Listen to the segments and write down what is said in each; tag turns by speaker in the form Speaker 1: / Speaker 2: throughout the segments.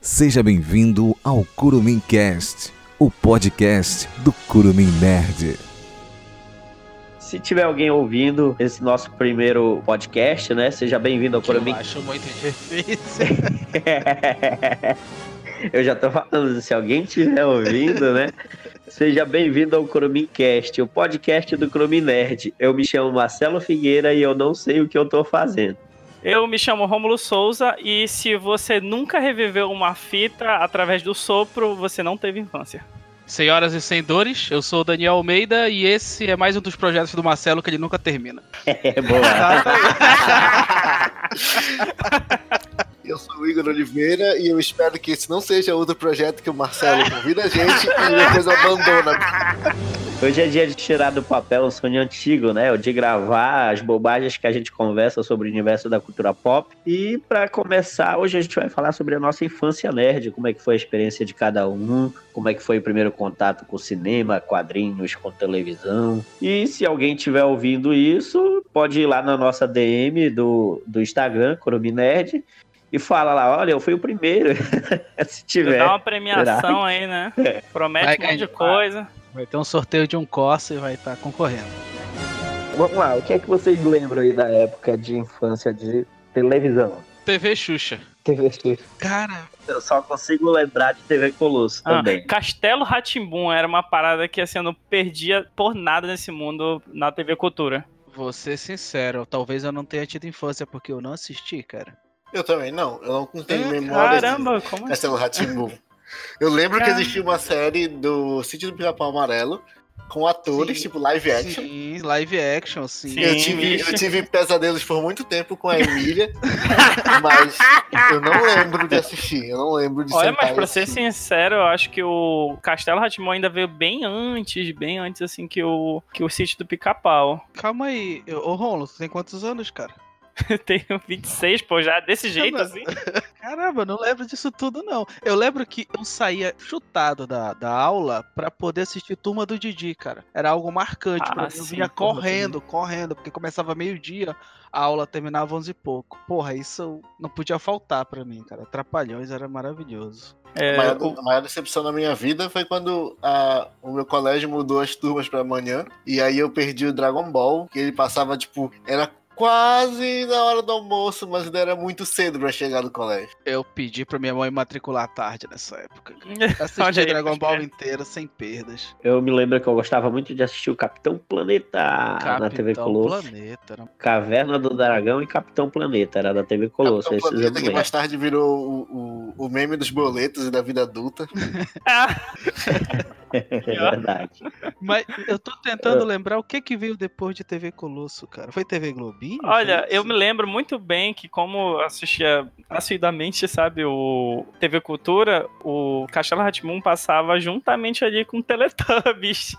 Speaker 1: Seja bem-vindo ao Curumim Cast, o podcast do Curumim Nerd.
Speaker 2: Se tiver alguém ouvindo esse nosso primeiro podcast, né? Seja bem-vindo ao
Speaker 3: Que eu
Speaker 2: Curumim.
Speaker 3: acho muito difícil.
Speaker 2: Eu já tô falando, se alguém estiver ouvindo, né? Seja bem-vindo ao Chromecast, o podcast do Chrome Nerd. Eu me chamo Marcelo Figueira e eu não sei o que eu tô fazendo.
Speaker 4: Eu me chamo Rômulo Souza e se você nunca reviveu uma fita através do sopro, você não teve infância.
Speaker 3: Senhoras e senhores, eu sou o Daniel Almeida e esse é mais um dos projetos do Marcelo que ele nunca termina.
Speaker 2: É boa.
Speaker 5: Eu sou o Igor Oliveira e eu espero que esse não seja outro projeto que o Marcelo convida a gente e depois abandona.
Speaker 2: Hoje é dia de tirar do papel o sonho antigo, né? O de gravar as bobagens que a gente conversa sobre o universo da cultura pop. E pra começar, hoje a gente vai falar sobre a nossa infância nerd, como é que foi a experiência de cada um, como é que foi o primeiro contato com o cinema, quadrinhos, com televisão. E se alguém estiver ouvindo isso, pode ir lá na nossa DM do, do Instagram, Curumi Nerd, e fala lá, olha, eu fui o primeiro. se tiver.
Speaker 4: Dá uma premiação aí, né? Promete
Speaker 3: Vai
Speaker 4: um monte de
Speaker 3: ganhar.
Speaker 4: coisa.
Speaker 3: Vai ter um sorteio de um Corsa e vai estar concorrendo.
Speaker 2: Vamos lá, o que é que vocês lembram aí da época de infância de televisão?
Speaker 3: TV Xuxa.
Speaker 2: TV
Speaker 3: Cara,
Speaker 2: Eu só consigo lembrar de TV Colosso
Speaker 4: Ah,
Speaker 2: também.
Speaker 4: Castelo Ratimbum era uma parada que assim, eu não perdia por nada nesse mundo na TV Cultura.
Speaker 3: vou ser sincero, talvez eu não tenha tido infância porque eu não assisti, cara.
Speaker 5: Eu também não, eu não tenho memória.
Speaker 4: Hum, Caramba, como assim?
Speaker 5: De Castelo Ratimbu. Eu lembro que
Speaker 4: Caramba.
Speaker 5: existia uma série do Sítio do Pirapau Amarelo com atores,
Speaker 3: Sim.
Speaker 5: tipo live action.
Speaker 3: Sim, live action, sim.
Speaker 4: Sim.
Speaker 5: Eu tive,
Speaker 4: bicho.
Speaker 5: eu tive pesadelos por muito tempo com a Emília, mas eu não lembro de assistir. Eu não lembro de
Speaker 4: Olha,
Speaker 5: sentar
Speaker 4: mas pra
Speaker 5: e
Speaker 4: ser
Speaker 5: assistir.
Speaker 4: sincero, eu acho que o Castelo Ratimbum ainda veio bem antes, bem antes assim que o que o sítio do Pica-Pau.
Speaker 3: Calma aí, eu- ô Romulo, tu tem quantos anos, cara?
Speaker 4: Eu tenho 26, pô, já desse jeito
Speaker 3: Caramba.
Speaker 4: assim.
Speaker 3: Caramba, eu não lembro disso tudo, não. Eu lembro que eu saía chutado da, da aula pra poder assistir Turma do Didi, cara. Era algo marcante
Speaker 4: Ah,
Speaker 3: pra mim. Eu
Speaker 4: sim,
Speaker 3: vinha
Speaker 4: Turma do
Speaker 3: correndo, correndo, porque começava meio-dia, a aula terminava onze e pouco. Porra, isso eu- não podia faltar pra mim, cara. Trapalhões era maravilhoso.
Speaker 4: É,
Speaker 5: A maior,
Speaker 4: o-
Speaker 5: a maior decepção da minha vida foi quando a- o meu colégio mudou as turmas pra manhã. E aí eu perdi o Dragon Ball, que ele passava, tipo, era quase na hora do almoço, mas ainda era muito cedo pra chegar no colégio.
Speaker 3: Eu pedi pra minha mãe matricular à tarde nessa época. cara.
Speaker 4: Olha
Speaker 3: Assisti
Speaker 4: aí,
Speaker 3: Dragon
Speaker 4: pode
Speaker 3: Ball
Speaker 4: crer.
Speaker 3: inteiro sem perdas.
Speaker 2: Eu me lembro que eu gostava muito de assistir o Capitão
Speaker 4: Ah,
Speaker 2: Planeta na TV Colosso.
Speaker 3: Planeta. Era...
Speaker 2: Caverna do Dragão e Capitão Planeta, era da TV Colosso.
Speaker 5: Capitão
Speaker 2: Esses eu
Speaker 5: Planeta,
Speaker 2: me
Speaker 5: que
Speaker 2: lembro.
Speaker 5: mais tarde virou o, o- o meme dos boletos e da vida adulta.
Speaker 4: Ah,
Speaker 2: É verdade.
Speaker 3: Mas eu tô
Speaker 5: É.
Speaker 3: tentando lembrar o que que veio depois de TV Colosso, cara. Foi TV Globinho? Foi
Speaker 4: Olha,
Speaker 3: isso?
Speaker 4: eu me lembro muito bem que como eu assistia assiduamente, sabe, o TV Cultura, o Castelo Ratimun passava juntamente ali com o Teletubbies.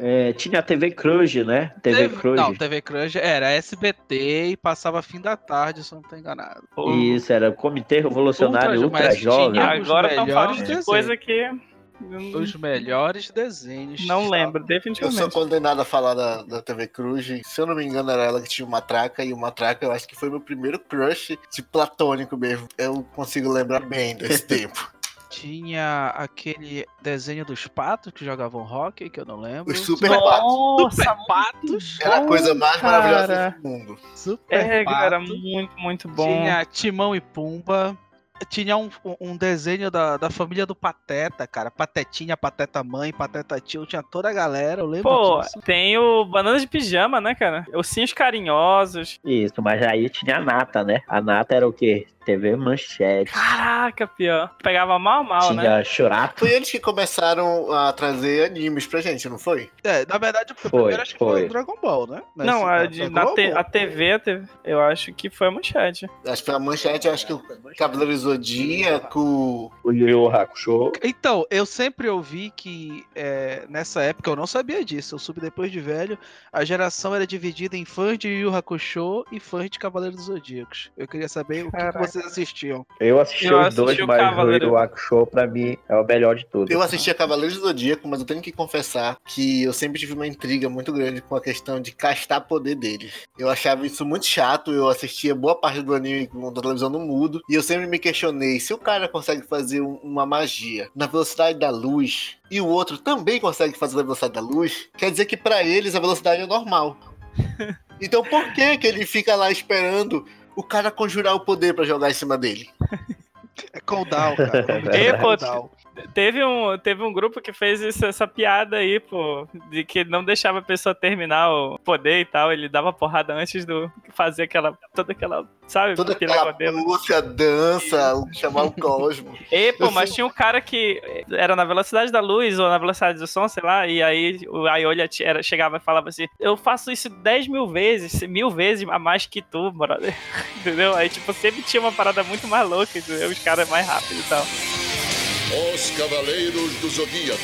Speaker 2: É, tinha a TV Cruz, né? TV
Speaker 3: Não,
Speaker 2: Cruz.
Speaker 3: TV Crunch era SBT e passava fim da tarde, se eu não tô enganado.
Speaker 2: Isso, era o Comitê Revolucionário
Speaker 3: Ultra-
Speaker 2: um Ultra,
Speaker 3: mas tinha-
Speaker 2: Jovem.
Speaker 3: Ah,
Speaker 4: Agora
Speaker 3: os
Speaker 4: estão
Speaker 3: melhores
Speaker 4: falando de
Speaker 3: desenhos.
Speaker 4: coisa que
Speaker 3: Os melhores desenhos.
Speaker 4: Hum. não
Speaker 3: estavam-
Speaker 4: lembro,
Speaker 5: Eu sou
Speaker 4: definitivamente.
Speaker 5: condenado a falar da, da TV Cruz. Se eu não me engano, era ela que tinha o Matraca. E o Matraca, eu acho que foi meu primeiro crush de platônico mesmo. Eu consigo lembrar bem desse tempo.
Speaker 3: Tinha aquele desenho dos patos que jogavam hockey, que eu não lembro.
Speaker 5: Os Super Patos.
Speaker 4: Nossa,
Speaker 3: Super patos.
Speaker 5: Era a coisa mais
Speaker 4: Cara.
Speaker 5: maravilhosa do mundo.
Speaker 3: Super é,
Speaker 4: é,
Speaker 3: patos.
Speaker 4: cara, muito, muito bom.
Speaker 3: Tinha Timão e Pumba. Tinha um, um desenho da, da família do Pateta, cara. Patetinha, Pateta Mãe, Pateta Tio. Tinha toda a galera, eu lembro
Speaker 4: Pô,
Speaker 3: disso.
Speaker 4: tem o Banana de Pijama, né, cara? Ossinhos Carinhosos.
Speaker 2: Isso, mas aí tinha a Nata, né? A Nata era o quê? TV Manchete.
Speaker 4: Caraca, pior. Pegava mal, mal, né?
Speaker 2: tinha Churato.
Speaker 5: Foi eles que começaram a trazer animes pra gente, não foi?
Speaker 3: É, na verdade, o primeiro acho que
Speaker 2: foi.
Speaker 3: foi o Dragon Ball, né?
Speaker 4: Não,
Speaker 3: Nesse-
Speaker 4: a,
Speaker 3: da-
Speaker 4: de-
Speaker 5: tá
Speaker 3: da
Speaker 4: na te-
Speaker 3: Globo?
Speaker 4: a TV, a TV, eu acho que foi a manchete.
Speaker 5: Acho que a manchete, acho que o Cavaleiro Zodíaco.
Speaker 2: O Yu Yu Hakusho.
Speaker 3: Então, eu sempre ouvi que é, nessa época eu não sabia disso. Eu soube depois de velho. A geração era dividida em fãs de Yu Yu Hakusho e fãs de Cavaleiros do Zodíacos. Eu queria saber o que que,
Speaker 4: Caraca.
Speaker 3: você vocês assistiam?
Speaker 2: Eu assisti
Speaker 4: Eu
Speaker 2: os dois,
Speaker 4: assisti o
Speaker 2: mas
Speaker 4: Cavaleiro.
Speaker 2: o Hakusho, pra mim, é o melhor de tudo.
Speaker 5: Eu assisti a Cavaleiros do Zodíaco, mas eu tenho que confessar que eu sempre tive uma intriga muito grande com a questão de castar poder deles. Eu achava isso muito chato, eu assistia boa parte do anime com a televisão no mudo, e eu sempre me questionei se o cara consegue fazer um- uma magia na velocidade da luz e o outro também consegue fazer na velocidade da luz, quer dizer que pra eles a velocidade é normal. Então por que que ele fica lá esperando o cara conjurar o poder pra jogar em cima dele?
Speaker 3: É cooldown, cara. O nome disso
Speaker 4: Ei,
Speaker 3: É
Speaker 4: pô,
Speaker 3: cooldown.
Speaker 4: Teve um, teve um grupo que fez isso- essa piada aí, pô, de que não deixava a pessoa terminar o poder e tal, ele dava porrada antes do fazer aquela, toda aquela, sabe,
Speaker 5: Toda
Speaker 4: pirar
Speaker 5: aquela
Speaker 4: cabelo.
Speaker 5: música, dança, chamar o cosmo.
Speaker 4: E, pô,
Speaker 5: Eu
Speaker 4: mas
Speaker 5: sei.
Speaker 4: tinha um cara que era na velocidade da luz ou na velocidade do som, sei lá, e aí o Aiolia ti- era- chegava e falava assim: Eu faço isso 10 mil vezes, mil vezes a mais que tu, brother. entendeu? Aí, tipo, sempre tinha uma parada muito maluca, entendeu? Os caras mais rápidos e tal.
Speaker 6: Os Cavaleiros do Zodíaco.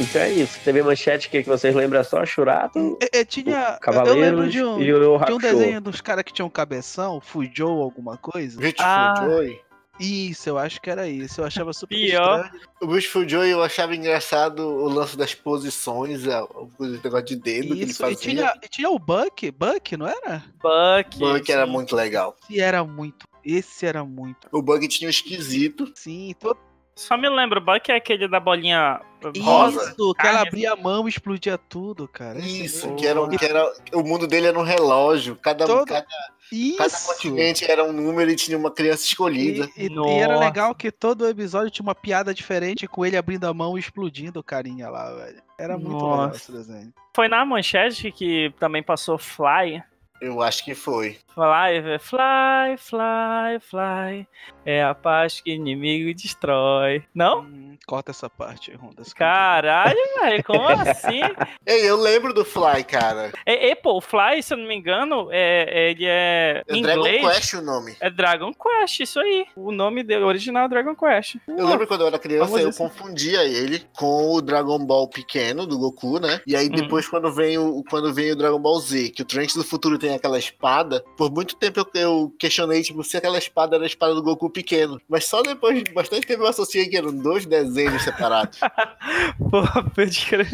Speaker 2: Então é isso. TV Manchete, que, que vocês lembram? É Só Shurato,
Speaker 3: É, é, tinha. Eu lembro
Speaker 2: Cavaleiros
Speaker 3: de um.
Speaker 2: e o
Speaker 3: Tinha
Speaker 2: Hakusho.
Speaker 3: um desenho dos caras que tinham cabeção, Fujou alguma coisa.
Speaker 5: Beautiful
Speaker 4: Ah.
Speaker 5: Joy.
Speaker 3: Isso, eu acho que era isso. Eu achava super
Speaker 4: Pior.
Speaker 3: estranho.
Speaker 5: O Beautiful Joy eu achava engraçado o lance das posições, a- o negócio de dedo que ele
Speaker 3: Isso, e
Speaker 5: fazia.
Speaker 3: tinha, e tinha o Buck, Buck, não era?
Speaker 4: Buck.
Speaker 5: O Bug era
Speaker 4: sim.
Speaker 5: muito legal.
Speaker 3: Esse era muito. Esse era muito.
Speaker 5: O Bug tinha o esquisito.
Speaker 3: Sim, todo.
Speaker 4: Só me lembro, o Buck é aquele da bolinha rosa.
Speaker 3: Isso, que ela
Speaker 4: carne.
Speaker 3: abria a mão e explodia tudo, cara. Esse-
Speaker 5: Isso, que era, um- que era- O mundo dele era um relógio. Cada,
Speaker 3: Todo-
Speaker 5: cada, cada
Speaker 3: Isso!
Speaker 5: continente era um número e tinha uma criança
Speaker 3: E,
Speaker 5: escolhida.
Speaker 3: e- e era
Speaker 4: Nossa.
Speaker 3: legal que todo episódio tinha uma piada diferente com ele abrindo a mão e explodindo o carinha lá, velho. Era muito legal
Speaker 4: Nossa.
Speaker 3: esse desenho.
Speaker 4: Foi na manchete que também passou Fly.
Speaker 5: Eu acho que foi.
Speaker 4: Fly, fly, fly, fly. É a paz que inimigo destrói. Não?
Speaker 3: Hum, corta essa parte, aí, Ronda. esse
Speaker 4: Caralho, velho, como assim?
Speaker 5: Ei, eu lembro do Fly, cara.
Speaker 4: E, e, pô, o Fly, se eu não me engano, é, ele é
Speaker 5: É
Speaker 4: em
Speaker 5: Dragon
Speaker 4: inglês.
Speaker 5: Quest o nome.
Speaker 4: É Dragon Quest, isso aí. O nome dele, original é Dragon Quest.
Speaker 5: Eu lembro quando eu era criança, eu
Speaker 4: famosíssimo.
Speaker 2: é
Speaker 5: confundia ele com o Dragon Ball pequeno do Goku, né? E
Speaker 2: Uhum.
Speaker 5: aí depois quando vem o quando vem o Dragon Ball Z, que o Trunks do futuro tem aquela espada, por muito tempo eu, eu questionei tipo se aquela espada era a espada do Goku pequeno, mas só depois de bastante tempo eu associei que eram dois desenhos separados.
Speaker 4: Pô, pode crer.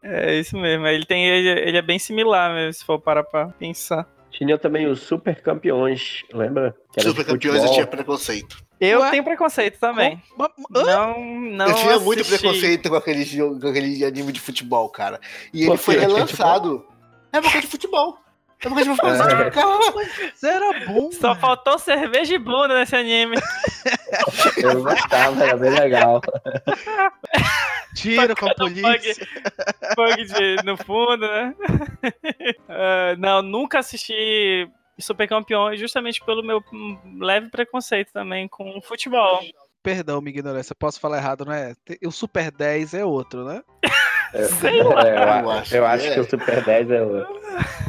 Speaker 4: É isso mesmo. Ele, tem, ele, ele é bem similar mesmo, se for parar pra pensar.
Speaker 2: Tinha também os Super Campeões, lembra? Que era de
Speaker 5: Super campeões eu
Speaker 2: futebol.
Speaker 5: tinha preconceito.
Speaker 4: Eu
Speaker 3: Ué?
Speaker 4: tenho preconceito também.
Speaker 3: Com- ma- ma- hã?
Speaker 4: Não, não.
Speaker 5: eu tinha muito
Speaker 4: assisti.
Speaker 5: preconceito com aquele jogo, com aquele anime de futebol, cara. E
Speaker 2: Por
Speaker 5: ele foi
Speaker 2: quê?
Speaker 5: relançado. É porque é de futebol. É porque é de futebol. Cara,
Speaker 3: Isso era bom.
Speaker 4: Só
Speaker 3: velho.
Speaker 4: faltou cerveja e bunda nesse anime.
Speaker 2: Eu gostava, era bem legal.
Speaker 3: Tiro com a
Speaker 4: Bug-
Speaker 3: polícia.
Speaker 4: Bug de- no fundo, né? Ah, não, nunca assisti Super Campeões justamente pelo meu hum, leve preconceito também com o futebol.
Speaker 3: Perdão, minha ignorância. Posso falar errado, né? Te- O Super 10 é outro, né?
Speaker 4: Tá, Sei lá.
Speaker 2: É,
Speaker 5: Eu
Speaker 2: eu,
Speaker 5: acho
Speaker 2: acho, eu
Speaker 5: que
Speaker 2: acho
Speaker 5: é.
Speaker 2: que o Super 10 é o.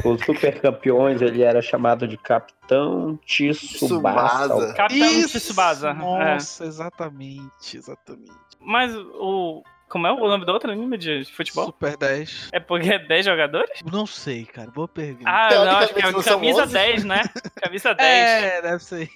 Speaker 2: O Super Campeões, ele era chamado de Capitão
Speaker 5: Tsubasa.
Speaker 2: Tsubasa.
Speaker 4: Capitão
Speaker 3: Isso,
Speaker 4: Tsubasa. é.
Speaker 3: Nossa, exatamente, exatamente.
Speaker 4: Mas o. Como é o nome do outro anime de futebol?
Speaker 3: Super 10.
Speaker 4: É porque é 10 jogadores?
Speaker 3: Não sei, cara. Boa pergunta.
Speaker 4: Ah, não, acho que
Speaker 5: Teoricamente, não
Speaker 4: é
Speaker 5: são
Speaker 4: camisa
Speaker 5: 11?
Speaker 4: 10, né? Camisa 10.
Speaker 3: é, deve ser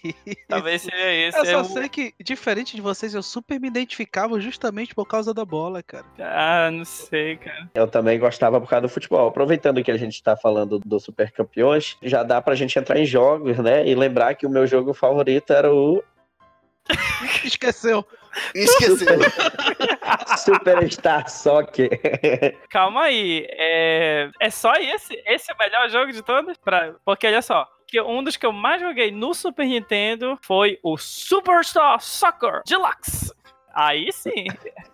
Speaker 4: Talvez seja é isso.
Speaker 3: Eu só
Speaker 4: Eu-
Speaker 3: sei que, diferente de vocês, eu super me identificava justamente por causa da bola, cara.
Speaker 4: Ah, não sei, cara.
Speaker 2: Eu também gostava por causa do futebol. Aproveitando que a gente tá falando do Super Campeões, já dá pra gente entrar em jogos, né? E lembrar que o meu jogo favorito era o
Speaker 3: Esqueceu.
Speaker 5: Esqueceu.
Speaker 2: Superstar Soccer.
Speaker 4: Calma aí. É, é só esse? Esse é o melhor jogo de todos? Pra... Porque olha só. Que um dos que eu mais joguei no Super Nintendo foi o Superstar Soccer Deluxe. Aí sim.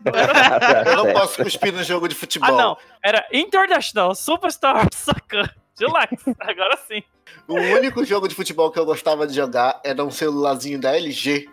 Speaker 4: Não era-
Speaker 2: Tá
Speaker 5: Eu
Speaker 2: É.
Speaker 5: não posso cuspir no jogo de
Speaker 4: Ah,
Speaker 5: futebol.
Speaker 4: não. Era International Superstar Soccer Deluxe. Agora sim.
Speaker 5: O único jogo de futebol que eu gostava de jogar era um celularzinho da LG.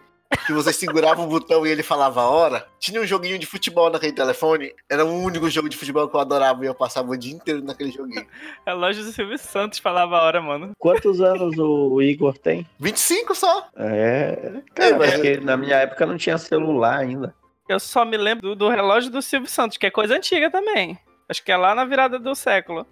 Speaker 5: Que você segurava o botão e ele falava hora. Tinha um joguinho de futebol naquele telefone. Era o único jogo de futebol que eu adorava e eu passava o dia inteiro naquele joguinho.
Speaker 4: Relógio do Silvio Santos falava a hora, mano.
Speaker 2: Quantos anos o o Igor tem?
Speaker 5: 25 só.
Speaker 2: É, cara,
Speaker 5: É, mas-
Speaker 2: porque na minha época não tinha celular ainda.
Speaker 4: Eu só me lembro do, do relógio do Silvio Santos, que é coisa antiga também. Acho que é lá na virada do século.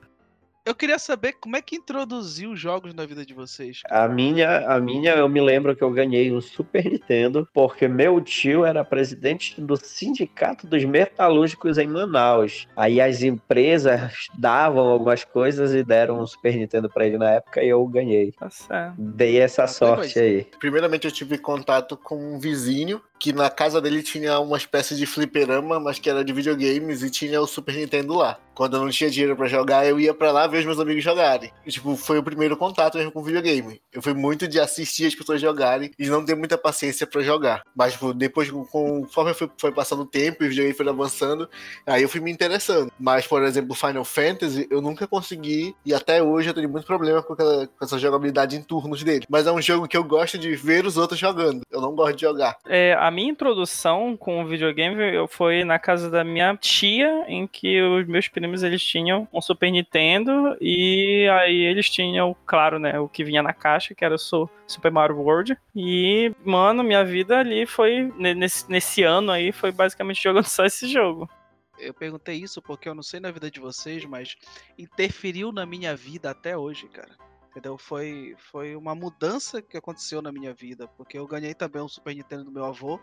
Speaker 3: Eu queria saber como é que introduziu os jogos na vida de vocês.
Speaker 2: A minha, a minha, eu me lembro que eu ganhei um Super Nintendo, porque meu tio era presidente do Sindicato dos Metalúrgicos em Manaus. Aí as empresas davam algumas coisas e deram um Super Nintendo pra ele na época e eu ganhei.
Speaker 4: Tá certo.
Speaker 2: Dei essa sorte aí.
Speaker 5: Primeiramente, eu tive contato com um vizinho que na casa dele tinha uma espécie de fliperama, mas que era de videogames e tinha o Super Nintendo lá. Quando eu não tinha dinheiro pra jogar, eu ia pra lá ver os meus amigos jogarem. E, tipo, foi o primeiro contato mesmo com videogame. Eu fui muito de assistir as pessoas jogarem e não ter muita paciência pra jogar. Mas tipo, depois, com- conforme foi, foi passando o tempo e o videogame foi avançando, aí eu fui me interessando. Mas, por exemplo, Final Fantasy, eu nunca consegui e até hoje eu tenho muito problema com, aquela- com essa jogabilidade em turnos dele. Mas é um jogo que eu gosto de ver os outros jogando. Eu não gosto de jogar.
Speaker 4: É, a minha introdução com o videogame eu- foi na casa da minha tia, em que os meus primos eles tinham um Super Nintendo e aí eles tinham, claro, né, o que vinha na caixa, que era o Su- Super Mario World. E, mano, minha vida ali foi ne- nesse, nesse ano aí foi basicamente jogando só esse jogo.
Speaker 3: Eu perguntei isso porque eu não sei na vida de vocês, mas interferiu na minha vida até hoje, cara. Entendeu? Foi, foi uma mudança que aconteceu na minha vida, porque eu ganhei também um Super Nintendo do meu avô.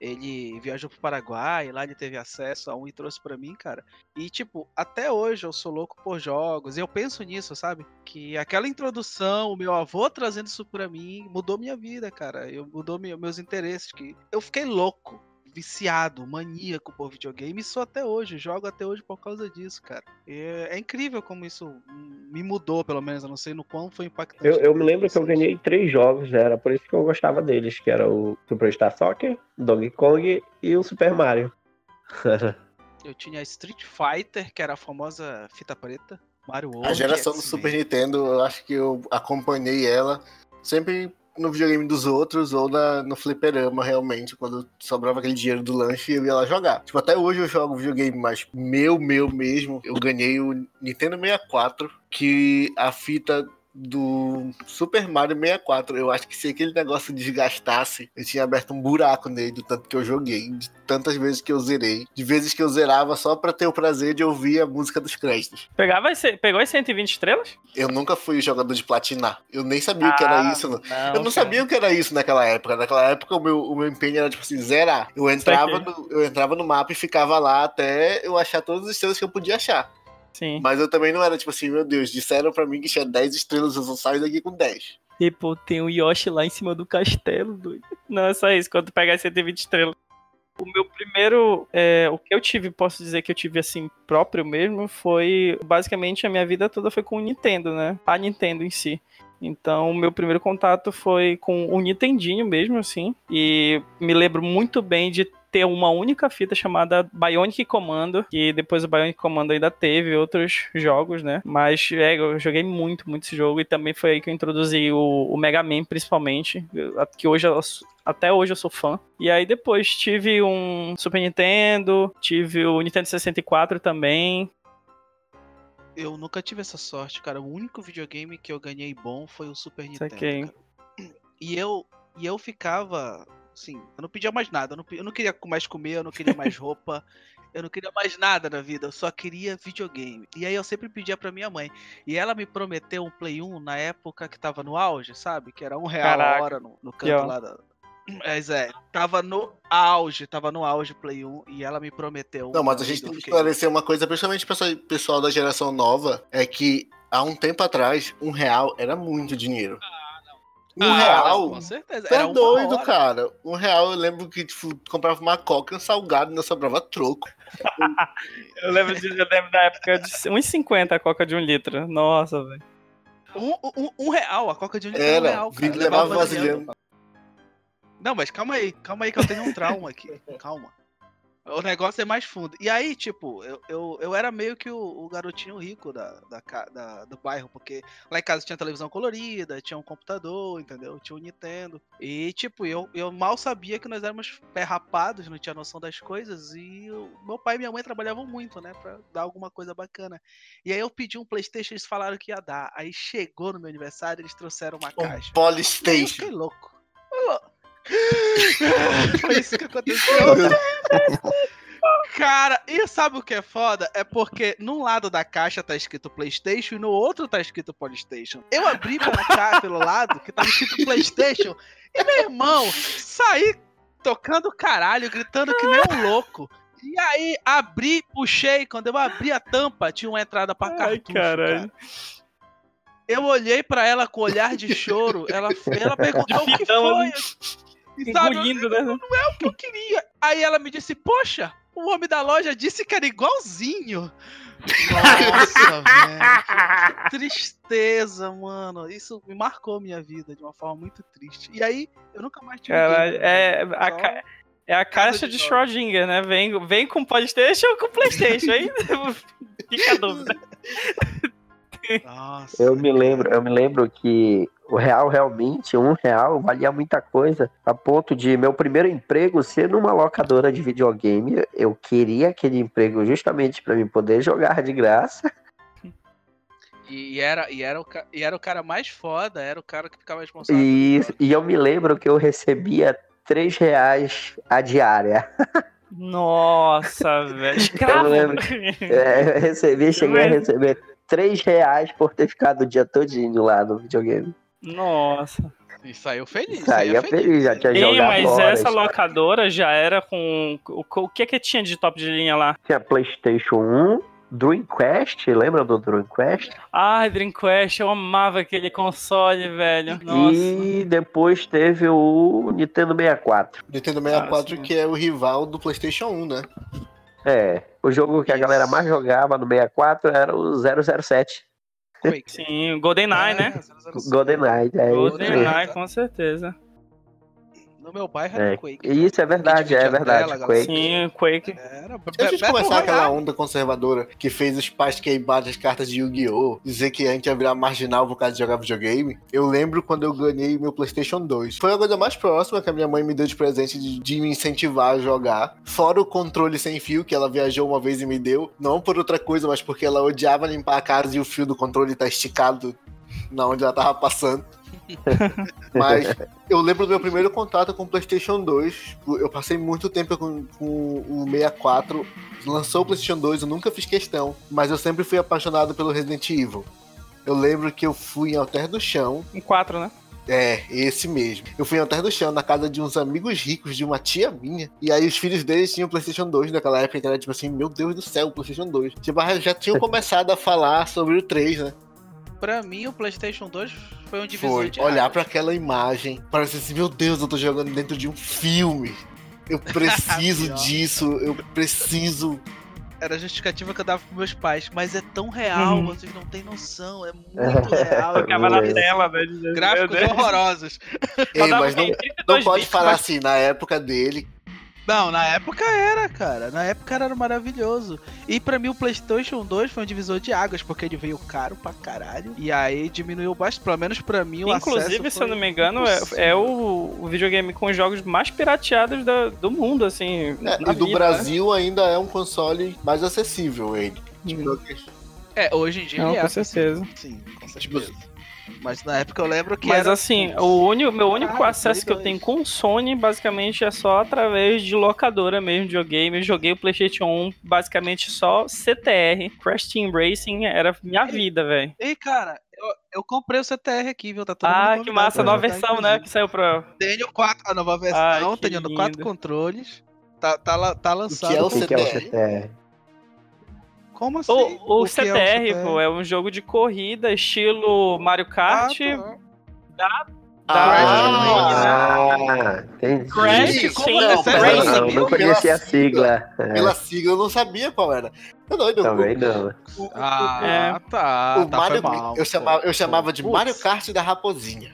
Speaker 3: Ele viajou pro Paraguai, lá ele teve acesso a um e trouxe pra mim, cara. E tipo, até hoje eu sou louco por jogos. E eu penso nisso, sabe? Que aquela introdução, o meu avô trazendo isso pra mim, mudou minha vida, cara. Eu mudou meu- meus interesses, que eu fiquei louco viciado, maníaco por videogame, e sou até hoje, jogo até hoje por causa disso, cara. É, é incrível como isso hum, me mudou, pelo menos, eu não sei no quão foi impactante.
Speaker 2: Eu, eu me lembro que eu ganhei três jogos, né? era por isso que eu gostava deles, que era o Super Star Soccer, Donkey Kong e o Super Mario.
Speaker 3: Eu tinha Street Fighter, que era a famosa fita preta, Mario World.
Speaker 5: A geração do
Speaker 3: X-Men.
Speaker 5: Super Nintendo, eu acho que eu acompanhei ela sempre no videogame dos outros ou na, no fliperama, realmente, quando sobrava aquele dinheiro do lanche eu ia lá jogar. Tipo, até hoje eu jogo videogame, mas meu, meu mesmo, eu ganhei o Nintendo 64, que a fita do Super Mario 64, eu acho que se aquele negócio desgastasse, eu tinha aberto um buraco nele, do tanto que eu joguei, de tantas vezes que eu zerei, de vezes que eu zerava só pra ter o prazer de ouvir a música dos créditos.
Speaker 4: Pegava esse- pegou as 120 estrelas?
Speaker 5: Eu nunca fui jogador de platinar. Eu nem sabia o que era
Speaker 4: Ah,
Speaker 5: isso. Não.
Speaker 4: não,
Speaker 5: Eu não
Speaker 4: cara.
Speaker 5: sabia o que era isso naquela época. Naquela época o meu, o meu empenho era tipo assim, zerar. Eu entrava, no, eu entrava no mapa e ficava lá até eu achar todas as estrelas que eu podia achar.
Speaker 4: Sim.
Speaker 5: Mas eu também não era tipo assim, meu Deus, disseram pra mim que tinha 10 estrelas, eu só saio daqui com 10.
Speaker 4: E, pô, Tipo, tem o Yoshi lá em cima do castelo, doido. Não, é só isso, quando tu pegar 120 estrelas. O meu primeiro. é, o que eu tive, posso dizer que eu tive assim, próprio mesmo, foi. Basicamente, a minha vida toda foi com o Nintendo, né? A Nintendo em si. Então, o meu primeiro contato foi com o Nintendinho mesmo, assim. E me lembro muito bem de ter uma única fita chamada Bionic Commando, que depois o Bionic Commando ainda teve outros jogos, né? Mas é, eu joguei muito, muito esse jogo e também foi aí que eu introduzi o, o Mega Man, principalmente, eu- a- que hoje eu sou- até hoje eu sou fã. E aí depois tive um Super Nintendo, tive o Nintendo 64 também.
Speaker 3: Eu nunca tive essa sorte, cara. O único videogame que eu ganhei bom foi o Super Nintendo.
Speaker 4: Saquei.
Speaker 3: cara. E eu, e eu ficava. Assim, eu não pedia mais nada. Eu não, pe- eu não queria mais comer, eu não queria mais roupa. Eu não queria mais nada na vida, eu só queria videogame. E aí eu sempre pedia pra minha mãe. E ela me prometeu um Play 1 na época que tava no auge, sabe? Que era um real
Speaker 4: Caraca.
Speaker 3: a hora no, no canto
Speaker 4: Pior.
Speaker 3: lá da. Mas é, tava no auge, tava no auge o Play 1 e ela me prometeu. um
Speaker 5: Não, mas a
Speaker 3: Play
Speaker 5: gente
Speaker 3: eu
Speaker 5: tem que
Speaker 3: fiquei-
Speaker 5: esclarecer uma coisa, principalmente pra esse pessoal da geração nova, é que há um tempo atrás, um real era muito dinheiro. Um
Speaker 3: Ah,
Speaker 5: real
Speaker 3: Com certeza.
Speaker 5: Tá
Speaker 3: era uma
Speaker 5: doido,
Speaker 3: hora.
Speaker 5: cara. Um real, eu lembro que, tipo, tu comprava uma coca e um salgado, não sobrava troco.
Speaker 4: Eu lembro, de, eu lembro da época de 1,50 a coca de um litro. Nossa, velho.
Speaker 3: Um, um- um real, a coca de um litro era um
Speaker 5: Era,
Speaker 3: real, cara.
Speaker 5: vinte- levava assim,
Speaker 3: vasilhame.
Speaker 5: vasilhame.
Speaker 3: Não, mas calma aí, calma aí que eu tenho um trauma aqui. Calma. O negócio é mais fundo. E aí, tipo, eu, eu, eu era meio que o, o garotinho rico da, da, ca- da- do bairro, porque lá em casa tinha televisão colorida, tinha um computador, entendeu? Tinha um Nintendo. E, tipo, eu, eu mal sabia que nós éramos perrapados, não tinha noção das coisas. E o meu pai e minha mãe trabalhavam muito, né, pra dar alguma coisa bacana. E aí eu pedi um PlayStation, eles falaram que ia dar. Aí chegou no meu aniversário, eles trouxeram uma caixa.
Speaker 5: Um
Speaker 3: E aí eu
Speaker 5: Polystation.
Speaker 3: fiquei louco. Eu- Foi isso que aconteceu. Cara, e sabe o que é foda? É porque num lado da caixa tá escrito PlayStation e no outro tá escrito PlayStation. Eu abri pela caixa pelo lado que tava escrito PlayStation e meu irmão saí tocando caralho, gritando que nem um louco. E aí abri, puxei, quando eu abri a tampa tinha uma entrada pra
Speaker 4: Ai,
Speaker 3: cartucho.
Speaker 4: caralho.
Speaker 3: cara. Eu olhei pra ela com olhar de choro. Ela, ela perguntou o que
Speaker 4: Então,
Speaker 3: foi. E sabe,
Speaker 4: Engolindo, né?
Speaker 3: que eu queria. Aí ela me disse, poxa, o homem da loja disse que era igualzinho. Nossa, velho. que Tristeza, mano. Isso me marcou minha vida de uma forma muito triste. E aí, eu nunca mais tive.
Speaker 4: Caralho,
Speaker 3: game,
Speaker 4: é,
Speaker 3: né?
Speaker 4: a
Speaker 3: Só-
Speaker 4: ca- é a caixa
Speaker 3: de
Speaker 4: de
Speaker 3: jogos.
Speaker 4: Schrödinger, né? Vem, vem com Playstation ou com Playstation, aí fica a dúvida.
Speaker 3: Nossa.
Speaker 2: Eu me lembro, eu me lembro que o real realmente, um real, valia muita coisa. A ponto de meu primeiro emprego ser numa locadora de videogame. Eu queria aquele emprego justamente pra mim poder jogar de graça.
Speaker 3: E era, e, era o, ca- e era o cara mais foda, era o cara que ficava responsável.
Speaker 2: E, e eu me lembro que eu recebia três reais a diária.
Speaker 4: Nossa, velho. Escravo.
Speaker 2: lembro. É, eu recebi, cheguei a receber três reais por ter ficado o dia todinho lá no videogame.
Speaker 4: Nossa.
Speaker 3: E saiu feliz. né?
Speaker 2: Saía feliz, já tinha
Speaker 4: Ei,
Speaker 2: jogado
Speaker 4: mas
Speaker 2: horas.
Speaker 4: essa locadora já era com. O, o que que tinha de top de linha lá?
Speaker 2: Tinha Playstation 1, Dreamcast, lembra do Dreamcast?
Speaker 4: Ai, Dreamcast, eu amava aquele console, velho. Nossa.
Speaker 2: E depois teve o Nintendo 64.
Speaker 5: Nintendo 64,
Speaker 4: Ah, sim.
Speaker 5: que é o rival do PlayStation 1, né?
Speaker 2: É, o jogo que a
Speaker 3: Isso.
Speaker 2: galera mais jogava no 64 era o 007,
Speaker 3: Quake.
Speaker 4: Sim, GoldenEye, né?
Speaker 2: GoldenEye. É isso mesmo.
Speaker 4: GoldenEye, com certeza.
Speaker 3: No meu bairro
Speaker 2: É,
Speaker 3: era Quake.
Speaker 2: E isso é verdade, é
Speaker 3: Dividia a
Speaker 2: verdade.
Speaker 3: tela,
Speaker 2: Quake.
Speaker 4: Sim, Quake.
Speaker 3: Era
Speaker 5: Deixa de
Speaker 3: Battle
Speaker 5: começar aquela
Speaker 3: Royale.
Speaker 5: onda conservadora que fez os pais queimarem as cartas de Yu-Gi-Oh! Dizer que a gente ia virar marginal por causa de jogar videogame. Eu lembro quando eu ganhei meu PlayStation 2. Foi a coisa mais próxima que a minha mãe me deu de presente de, de me incentivar a jogar. Fora o controle sem fio que ela viajou uma vez e me deu. Não por outra coisa, mas porque ela odiava limpar a casa e o fio do controle tá esticado na onde ela tava passando. mas eu lembro do meu primeiro contato com o PlayStation 2. Eu passei muito tempo com, com o 64. Lançou o PlayStation 2, eu nunca fiz questão. Mas eu sempre fui apaixonado pelo Resident Evil. Eu lembro que eu fui em Alter do Chão.
Speaker 4: Um 4, né?
Speaker 5: É, esse mesmo. Eu fui em Alter do Chão, na casa de uns amigos ricos, de uma tia minha. E aí os filhos deles tinham PlayStation 2 naquela época. Então era tipo assim: Meu Deus do céu, PlayStation 2. Tipo, já tinham começado a falar sobre o 3, né?
Speaker 3: Pra mim, o PlayStation 2 foi um divisor
Speaker 5: Foi
Speaker 3: de
Speaker 5: olhar
Speaker 3: águas.
Speaker 5: pra aquela imagem, parece assim, meu Deus, eu tô jogando dentro de um filme. Eu preciso
Speaker 3: Pior.
Speaker 5: disso, eu preciso.
Speaker 3: Era a justificativa que eu dava pros meus pais, mas é tão real,
Speaker 4: Uhum.
Speaker 3: vocês não têm noção, é muito real. é
Speaker 4: Ficava na
Speaker 3: muito-
Speaker 4: tela, né? velho.
Speaker 3: Gráficos horrorosos.
Speaker 5: Ei, mas não, não pode falar
Speaker 4: assim.
Speaker 5: assim, na época dele.
Speaker 3: Não, na época era, cara. Na época era maravilhoso. E pra mim o PlayStation 2 foi um divisor de águas, porque ele veio caro pra caralho. E aí diminuiu bastante, pelo menos pra mim o
Speaker 4: Inclusive,
Speaker 3: acesso
Speaker 4: se eu
Speaker 3: foi
Speaker 4: não me engano, é, é
Speaker 3: impossível.
Speaker 4: o, o videogame com os jogos mais pirateados da- do mundo, assim.
Speaker 3: É,
Speaker 5: né?
Speaker 4: na
Speaker 5: E do
Speaker 4: vida,
Speaker 5: Brasil ainda é um console mais acessível, ele.
Speaker 3: Uhum.
Speaker 5: Tipo,
Speaker 3: É, hoje em dia
Speaker 4: Não,
Speaker 3: ele é.
Speaker 4: com certeza.
Speaker 3: Sim, com
Speaker 5: Tipo,
Speaker 3: certeza. Mas na época eu lembro que
Speaker 4: Mas
Speaker 3: era... um
Speaker 4: assim, o único, meu único
Speaker 3: Caralho,
Speaker 4: acesso que eu
Speaker 3: dois.
Speaker 4: tenho com Sony, basicamente, é só através de locadora mesmo, de videogame. Eu joguei o PlayStation 1, basicamente só CTR. Crash Team Racing era minha vida, velho.
Speaker 3: Ei, cara, eu, eu comprei o CTR aqui, viu? Tá todo mundo tá
Speaker 4: Ah, que
Speaker 3: convidado
Speaker 4: massa,
Speaker 3: pra
Speaker 4: nova
Speaker 3: jogar,
Speaker 4: versão, né? Que
Speaker 3: inclusive.
Speaker 4: saiu pra.
Speaker 3: Tenho quatro, a nova versão,
Speaker 4: Ai, que
Speaker 3: tenho quatro
Speaker 4: lindo.
Speaker 3: controles. Tá, tá, la- tá lançado.
Speaker 5: é o
Speaker 2: O que, que é o
Speaker 5: CTR?
Speaker 2: CTR?
Speaker 3: Como assim?
Speaker 4: O, o
Speaker 3: que é
Speaker 4: CTR, pô, é um jogo de corrida, estilo Mario
Speaker 3: Ah,
Speaker 4: Kart.
Speaker 3: tá.
Speaker 5: Ah,
Speaker 2: Tá. Ah, entendi.
Speaker 4: Crash,
Speaker 5: Sim,
Speaker 4: sim,
Speaker 5: como não?
Speaker 4: Crash,
Speaker 5: Pera,
Speaker 2: Não,
Speaker 5: Racing,
Speaker 2: não,
Speaker 4: sim.
Speaker 5: viu?
Speaker 2: não conhecia a
Speaker 5: Pela
Speaker 2: sigla. É,
Speaker 5: Pela sigla eu não sabia qual era. Tá doido?
Speaker 2: também
Speaker 5: O,
Speaker 2: não.
Speaker 5: o- o-
Speaker 3: Ah,
Speaker 4: É.
Speaker 3: tá.
Speaker 5: o
Speaker 3: tá,
Speaker 5: Mario,
Speaker 3: foi mal,
Speaker 5: eu,
Speaker 3: pô.
Speaker 5: chamava, eu chamava de
Speaker 3: Putz.
Speaker 5: Mario Kart da Raposinha.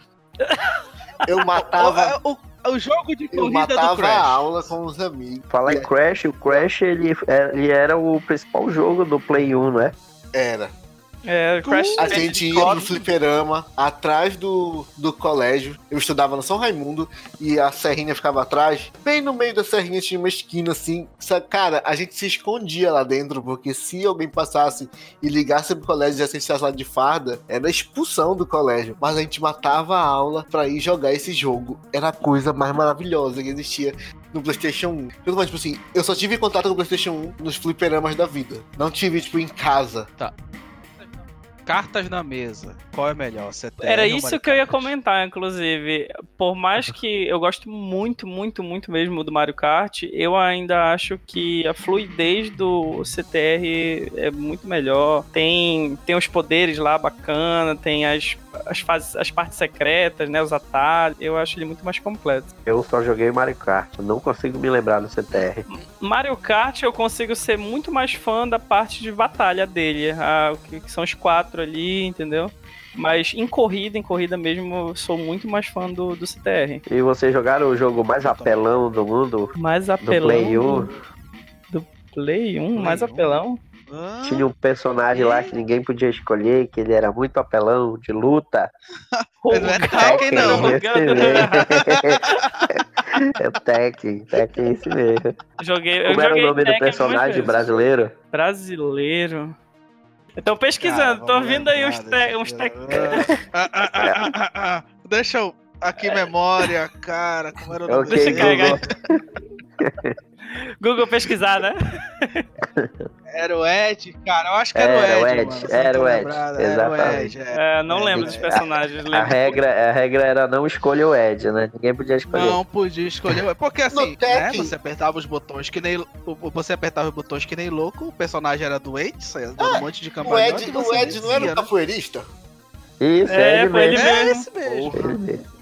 Speaker 5: Eu matava
Speaker 3: é, O, o- o jogo de
Speaker 5: Eu
Speaker 3: corrida do
Speaker 5: matava a
Speaker 3: Crash.
Speaker 5: aula com os amigos.
Speaker 2: Falar em é, Crash, o Crash ele, ele era o principal jogo do Play 1, né?
Speaker 5: Era.
Speaker 4: É, Crash
Speaker 3: Ah,
Speaker 5: A
Speaker 3: Assim,
Speaker 5: gente ia pro fliperama, atrás do, do colégio. Eu estudava no São Raimundo e a serrinha ficava atrás. Bem no meio da serrinha tinha uma esquina assim. Sa- Cara, a gente se escondia lá dentro, porque se alguém passasse e ligasse pro colégio e já assistisse lá de farda, era expulsão do colégio. Mas a gente matava a aula pra ir jogar esse jogo. Era a coisa mais maravilhosa que existia. No PlayStation 1. Eu, tipo assim, eu só tive contato com o PlayStation 1 nos fliperamas da vida. Não tive, tipo, em casa.
Speaker 3: Cartas na mesa. Qual é melhor? Você
Speaker 4: Era isso que eu ia comentar, inclusive. Por mais que eu goste muito, muito, muito mesmo do Mario Kart, eu ainda acho que a fluidez do CTR é muito melhor. Tem, tem os poderes lá bacana, tem as, as, fases, as partes secretas, né? Os atalhos. Eu acho ele muito mais completo.
Speaker 2: Eu só joguei Mario Kart, não consigo me lembrar do CTR.
Speaker 4: Mario Kart eu consigo ser muito mais fã da parte de batalha dele, a- o que que são os quatro ali, entendeu? Mas em corrida, em corrida mesmo, eu sou muito mais fã do, do CTR.
Speaker 2: E vocês jogaram o jogo mais apelão do mundo?
Speaker 4: Mais
Speaker 2: Do
Speaker 4: apelão.
Speaker 2: Play 1?
Speaker 4: Play 1, mais
Speaker 3: Play 1.
Speaker 4: apelão.
Speaker 3: Ah.
Speaker 2: Tinha um personagem lá que ninguém podia escolher, que ele era muito apelão, de luta.
Speaker 3: Não é
Speaker 4: Ah,
Speaker 2: Tekken,
Speaker 3: Tekken, não.
Speaker 2: esse mesmo. É Tekken, Tekken é esse mesmo.
Speaker 4: Joguei, eu
Speaker 2: Como era o
Speaker 4: joguei
Speaker 2: nome do
Speaker 4: Tekken
Speaker 2: personagem
Speaker 4: duas vezes.
Speaker 2: brasileiro?
Speaker 4: brasileiro? Estão pesquisando, tô vindo aí uns, te, uns te...
Speaker 3: Ah, ah, ah, ah, ah, ah. Deixa eu. Aqui, memória, cara. Como era o
Speaker 2: É o
Speaker 3: nome
Speaker 2: que
Speaker 4: Deixa eu carregar.
Speaker 2: Google?
Speaker 4: Google pesquisar, né?
Speaker 3: Era o Ed, cara. Eu acho que era,
Speaker 2: Era o
Speaker 3: o
Speaker 2: Ed,
Speaker 3: Ed. mano, você não
Speaker 2: era
Speaker 3: tá
Speaker 2: o Ed,
Speaker 3: lembrado, Era o
Speaker 2: exatamente.
Speaker 3: Ed, é.
Speaker 4: É, não
Speaker 3: É,
Speaker 4: lembro
Speaker 3: é.
Speaker 4: dos personagens. Lembro.
Speaker 2: A regra, a regra era não escolha o Ed, né? Ninguém podia escolher.
Speaker 3: Não podia escolher. Porque assim, né,
Speaker 5: Tekken.
Speaker 3: você apertava os botões que nem. o- Você apertava os botões que nem louco, o personagem era doente, saía dando um monte de
Speaker 5: Ah, O
Speaker 3: campanha.
Speaker 5: Ed, o Ed não
Speaker 3: né?
Speaker 5: era um capoeirista?
Speaker 2: Isso,
Speaker 4: É,
Speaker 2: é, ele
Speaker 4: foi ele
Speaker 2: mesmo.
Speaker 3: É
Speaker 4: mesmo.
Speaker 3: esse mesmo.
Speaker 2: Ele mesmo.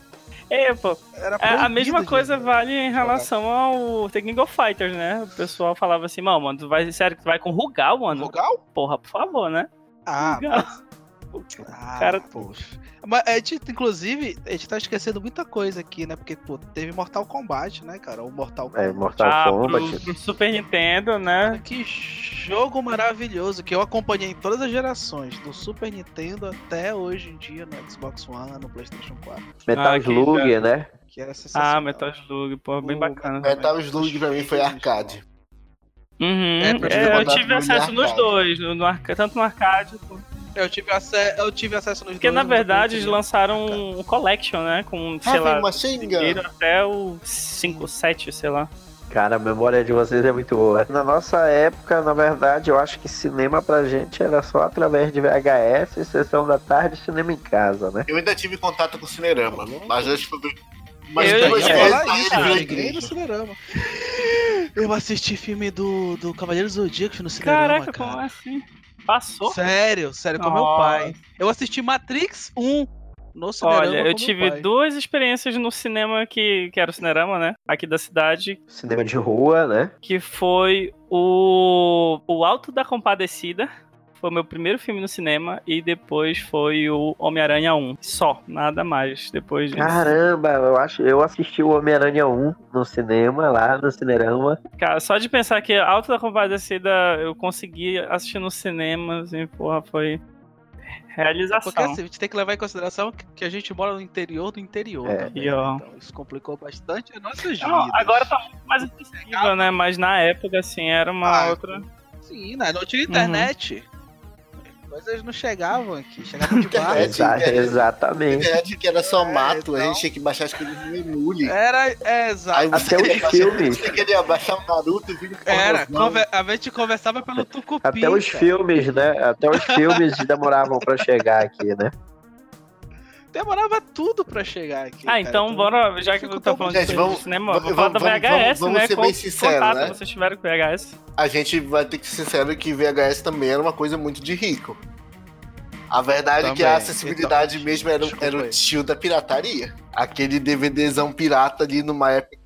Speaker 4: É, pô,
Speaker 3: Era
Speaker 4: É, a
Speaker 3: proibido
Speaker 4: mesma
Speaker 3: de
Speaker 4: coisa
Speaker 3: jogar.
Speaker 4: vale em relação ao Tekken Go Fighters, né? O pessoal falava assim, mano, mano, tu vai, sério, que tu vai com Rugal, mano?
Speaker 3: Vogal?
Speaker 4: Porra, por favor, né?
Speaker 3: Ah,
Speaker 4: Rugal.
Speaker 3: Ah,
Speaker 4: Cara-
Speaker 3: poxa. Mas a gente, inclusive, a gente tá esquecendo muita coisa aqui, né? Porque, pô, teve Mortal Kombat, né, cara? O Mortal
Speaker 2: É,
Speaker 3: Kombat.
Speaker 2: Mortal
Speaker 4: Ah, pro,
Speaker 2: Kombat.
Speaker 4: pro Super Nintendo, né?
Speaker 3: Que jogo maravilhoso que eu acompanhei em todas as gerações, do Super Nintendo até hoje em dia no Xbox One, no PlayStation 4.
Speaker 2: Metal
Speaker 4: Ah, que
Speaker 2: Slug, né?
Speaker 3: Que era sensacional.
Speaker 4: Ah, Metal Slug, porra, bem
Speaker 3: O-
Speaker 4: bacana.
Speaker 5: Metal Slug tá, pra mim foi arcade.
Speaker 4: Uhum,
Speaker 3: É, pra
Speaker 4: é,
Speaker 3: jogar
Speaker 4: eu
Speaker 5: no
Speaker 4: tive acesso
Speaker 5: arcade.
Speaker 4: nos dois, no, no arca- tanto no arcade. quanto-
Speaker 3: Eu tive, ace- eu tive acesso nos
Speaker 4: Porque
Speaker 3: dois,
Speaker 4: na
Speaker 3: no
Speaker 4: verdade eles
Speaker 3: Nintendo.
Speaker 4: lançaram um collection, né? Com, sei
Speaker 5: Heavy
Speaker 4: lá,
Speaker 5: Machine
Speaker 4: primeiro
Speaker 5: Gun.
Speaker 4: até o 5, 7, sei lá.
Speaker 2: Cara, a memória de vocês é muito boa. Na nossa época, na verdade, eu acho que cinema pra gente era só através de VHS, sessão da tarde, cinema em casa, né?
Speaker 5: Eu ainda tive contato com o Cinerama, mas eu descobri. Mas
Speaker 4: Eu
Speaker 5: duas
Speaker 4: ia
Speaker 3: ia
Speaker 5: vezes
Speaker 3: falar
Speaker 5: aí
Speaker 3: isso,
Speaker 5: ele
Speaker 3: eu
Speaker 5: virou
Speaker 3: cheguei no
Speaker 5: igreja.
Speaker 3: Cinerama. Eu assisti filme do, do Cavaleiro Zodíaco no Cinerama,
Speaker 4: Caraca, como
Speaker 3: cara.
Speaker 4: assim? Passou?
Speaker 3: Sério, sério, com meu pai. é Eu assisti Matrix 1 no Cinerama
Speaker 4: Olha,
Speaker 3: com
Speaker 4: eu
Speaker 3: meu
Speaker 4: tive
Speaker 3: pai.
Speaker 4: duas experiências no cinema que, que era o Cinerama, né? Aqui da cidade,
Speaker 2: Cinema de rua, né?
Speaker 4: que foi o, o Alto da Compadecida. Foi o meu primeiro filme no cinema. E depois foi o Homem-Aranha 1. Só, nada mais depois disso.
Speaker 2: Caramba, eu acho, eu assisti o Homem-Aranha 1 no cinema, lá no Cinerama.
Speaker 4: Cara, só de pensar que Alto da Compadecida eu consegui assistir no cinema, assim, porra, foi realização.
Speaker 3: Porque assim, a gente tem que levar em consideração que, que a gente mora no interior do interior
Speaker 2: É.
Speaker 3: também.
Speaker 4: E, ó.
Speaker 3: né? Então isso complicou bastante as nossas
Speaker 4: Não,
Speaker 3: vidas.
Speaker 4: agora tá muito mais acessível, né? Mas na época, assim, era uma
Speaker 3: Ah,
Speaker 4: outra.
Speaker 3: Sim, né? Não tinha internet. Coisas não chegavam aqui, chegavam de
Speaker 5: Internet.
Speaker 3: barco.
Speaker 2: Exa-
Speaker 5: sim, é.
Speaker 2: exatamente.
Speaker 5: Internet que era só
Speaker 3: É,
Speaker 5: mato, a
Speaker 3: então.
Speaker 5: gente tinha que baixar as coisas no emule.
Speaker 3: Era, é,
Speaker 5: Aí
Speaker 3: exato.
Speaker 5: você
Speaker 2: Até os
Speaker 5: queria baixar-
Speaker 2: filmes.
Speaker 5: Você queria baixar o Naruto, vídeo
Speaker 3: Era, conver- a gente conversava pelo Tucupi.
Speaker 2: Até os
Speaker 3: cara.
Speaker 2: filmes, né? Até os filmes demoravam pra chegar aqui, né?
Speaker 3: Demorava tudo pra chegar aqui.
Speaker 4: Ah,
Speaker 3: cara.
Speaker 4: então
Speaker 3: Tudo.
Speaker 4: bora, já que
Speaker 3: Ficou
Speaker 4: tu tá
Speaker 3: tão-
Speaker 4: falando
Speaker 5: Gente,
Speaker 4: de
Speaker 5: vamos-
Speaker 4: cinema,
Speaker 5: vamos-
Speaker 4: vamos, falar da
Speaker 5: vamos-
Speaker 4: VHS, né?
Speaker 5: vamos- vamos ser
Speaker 4: Qual
Speaker 5: bem sinceros,
Speaker 4: contato
Speaker 5: né?
Speaker 4: vocês tiveram com VHS?
Speaker 5: A gente vai ter que ser sincero que VHS também era uma coisa muito de rico. A verdade é que a
Speaker 3: Também,
Speaker 5: acessibilidade
Speaker 3: então,
Speaker 5: mesmo era,
Speaker 3: desculpa
Speaker 5: era o
Speaker 3: aí.
Speaker 5: tio da pirataria. Aquele DVDzão pirata ali numa época.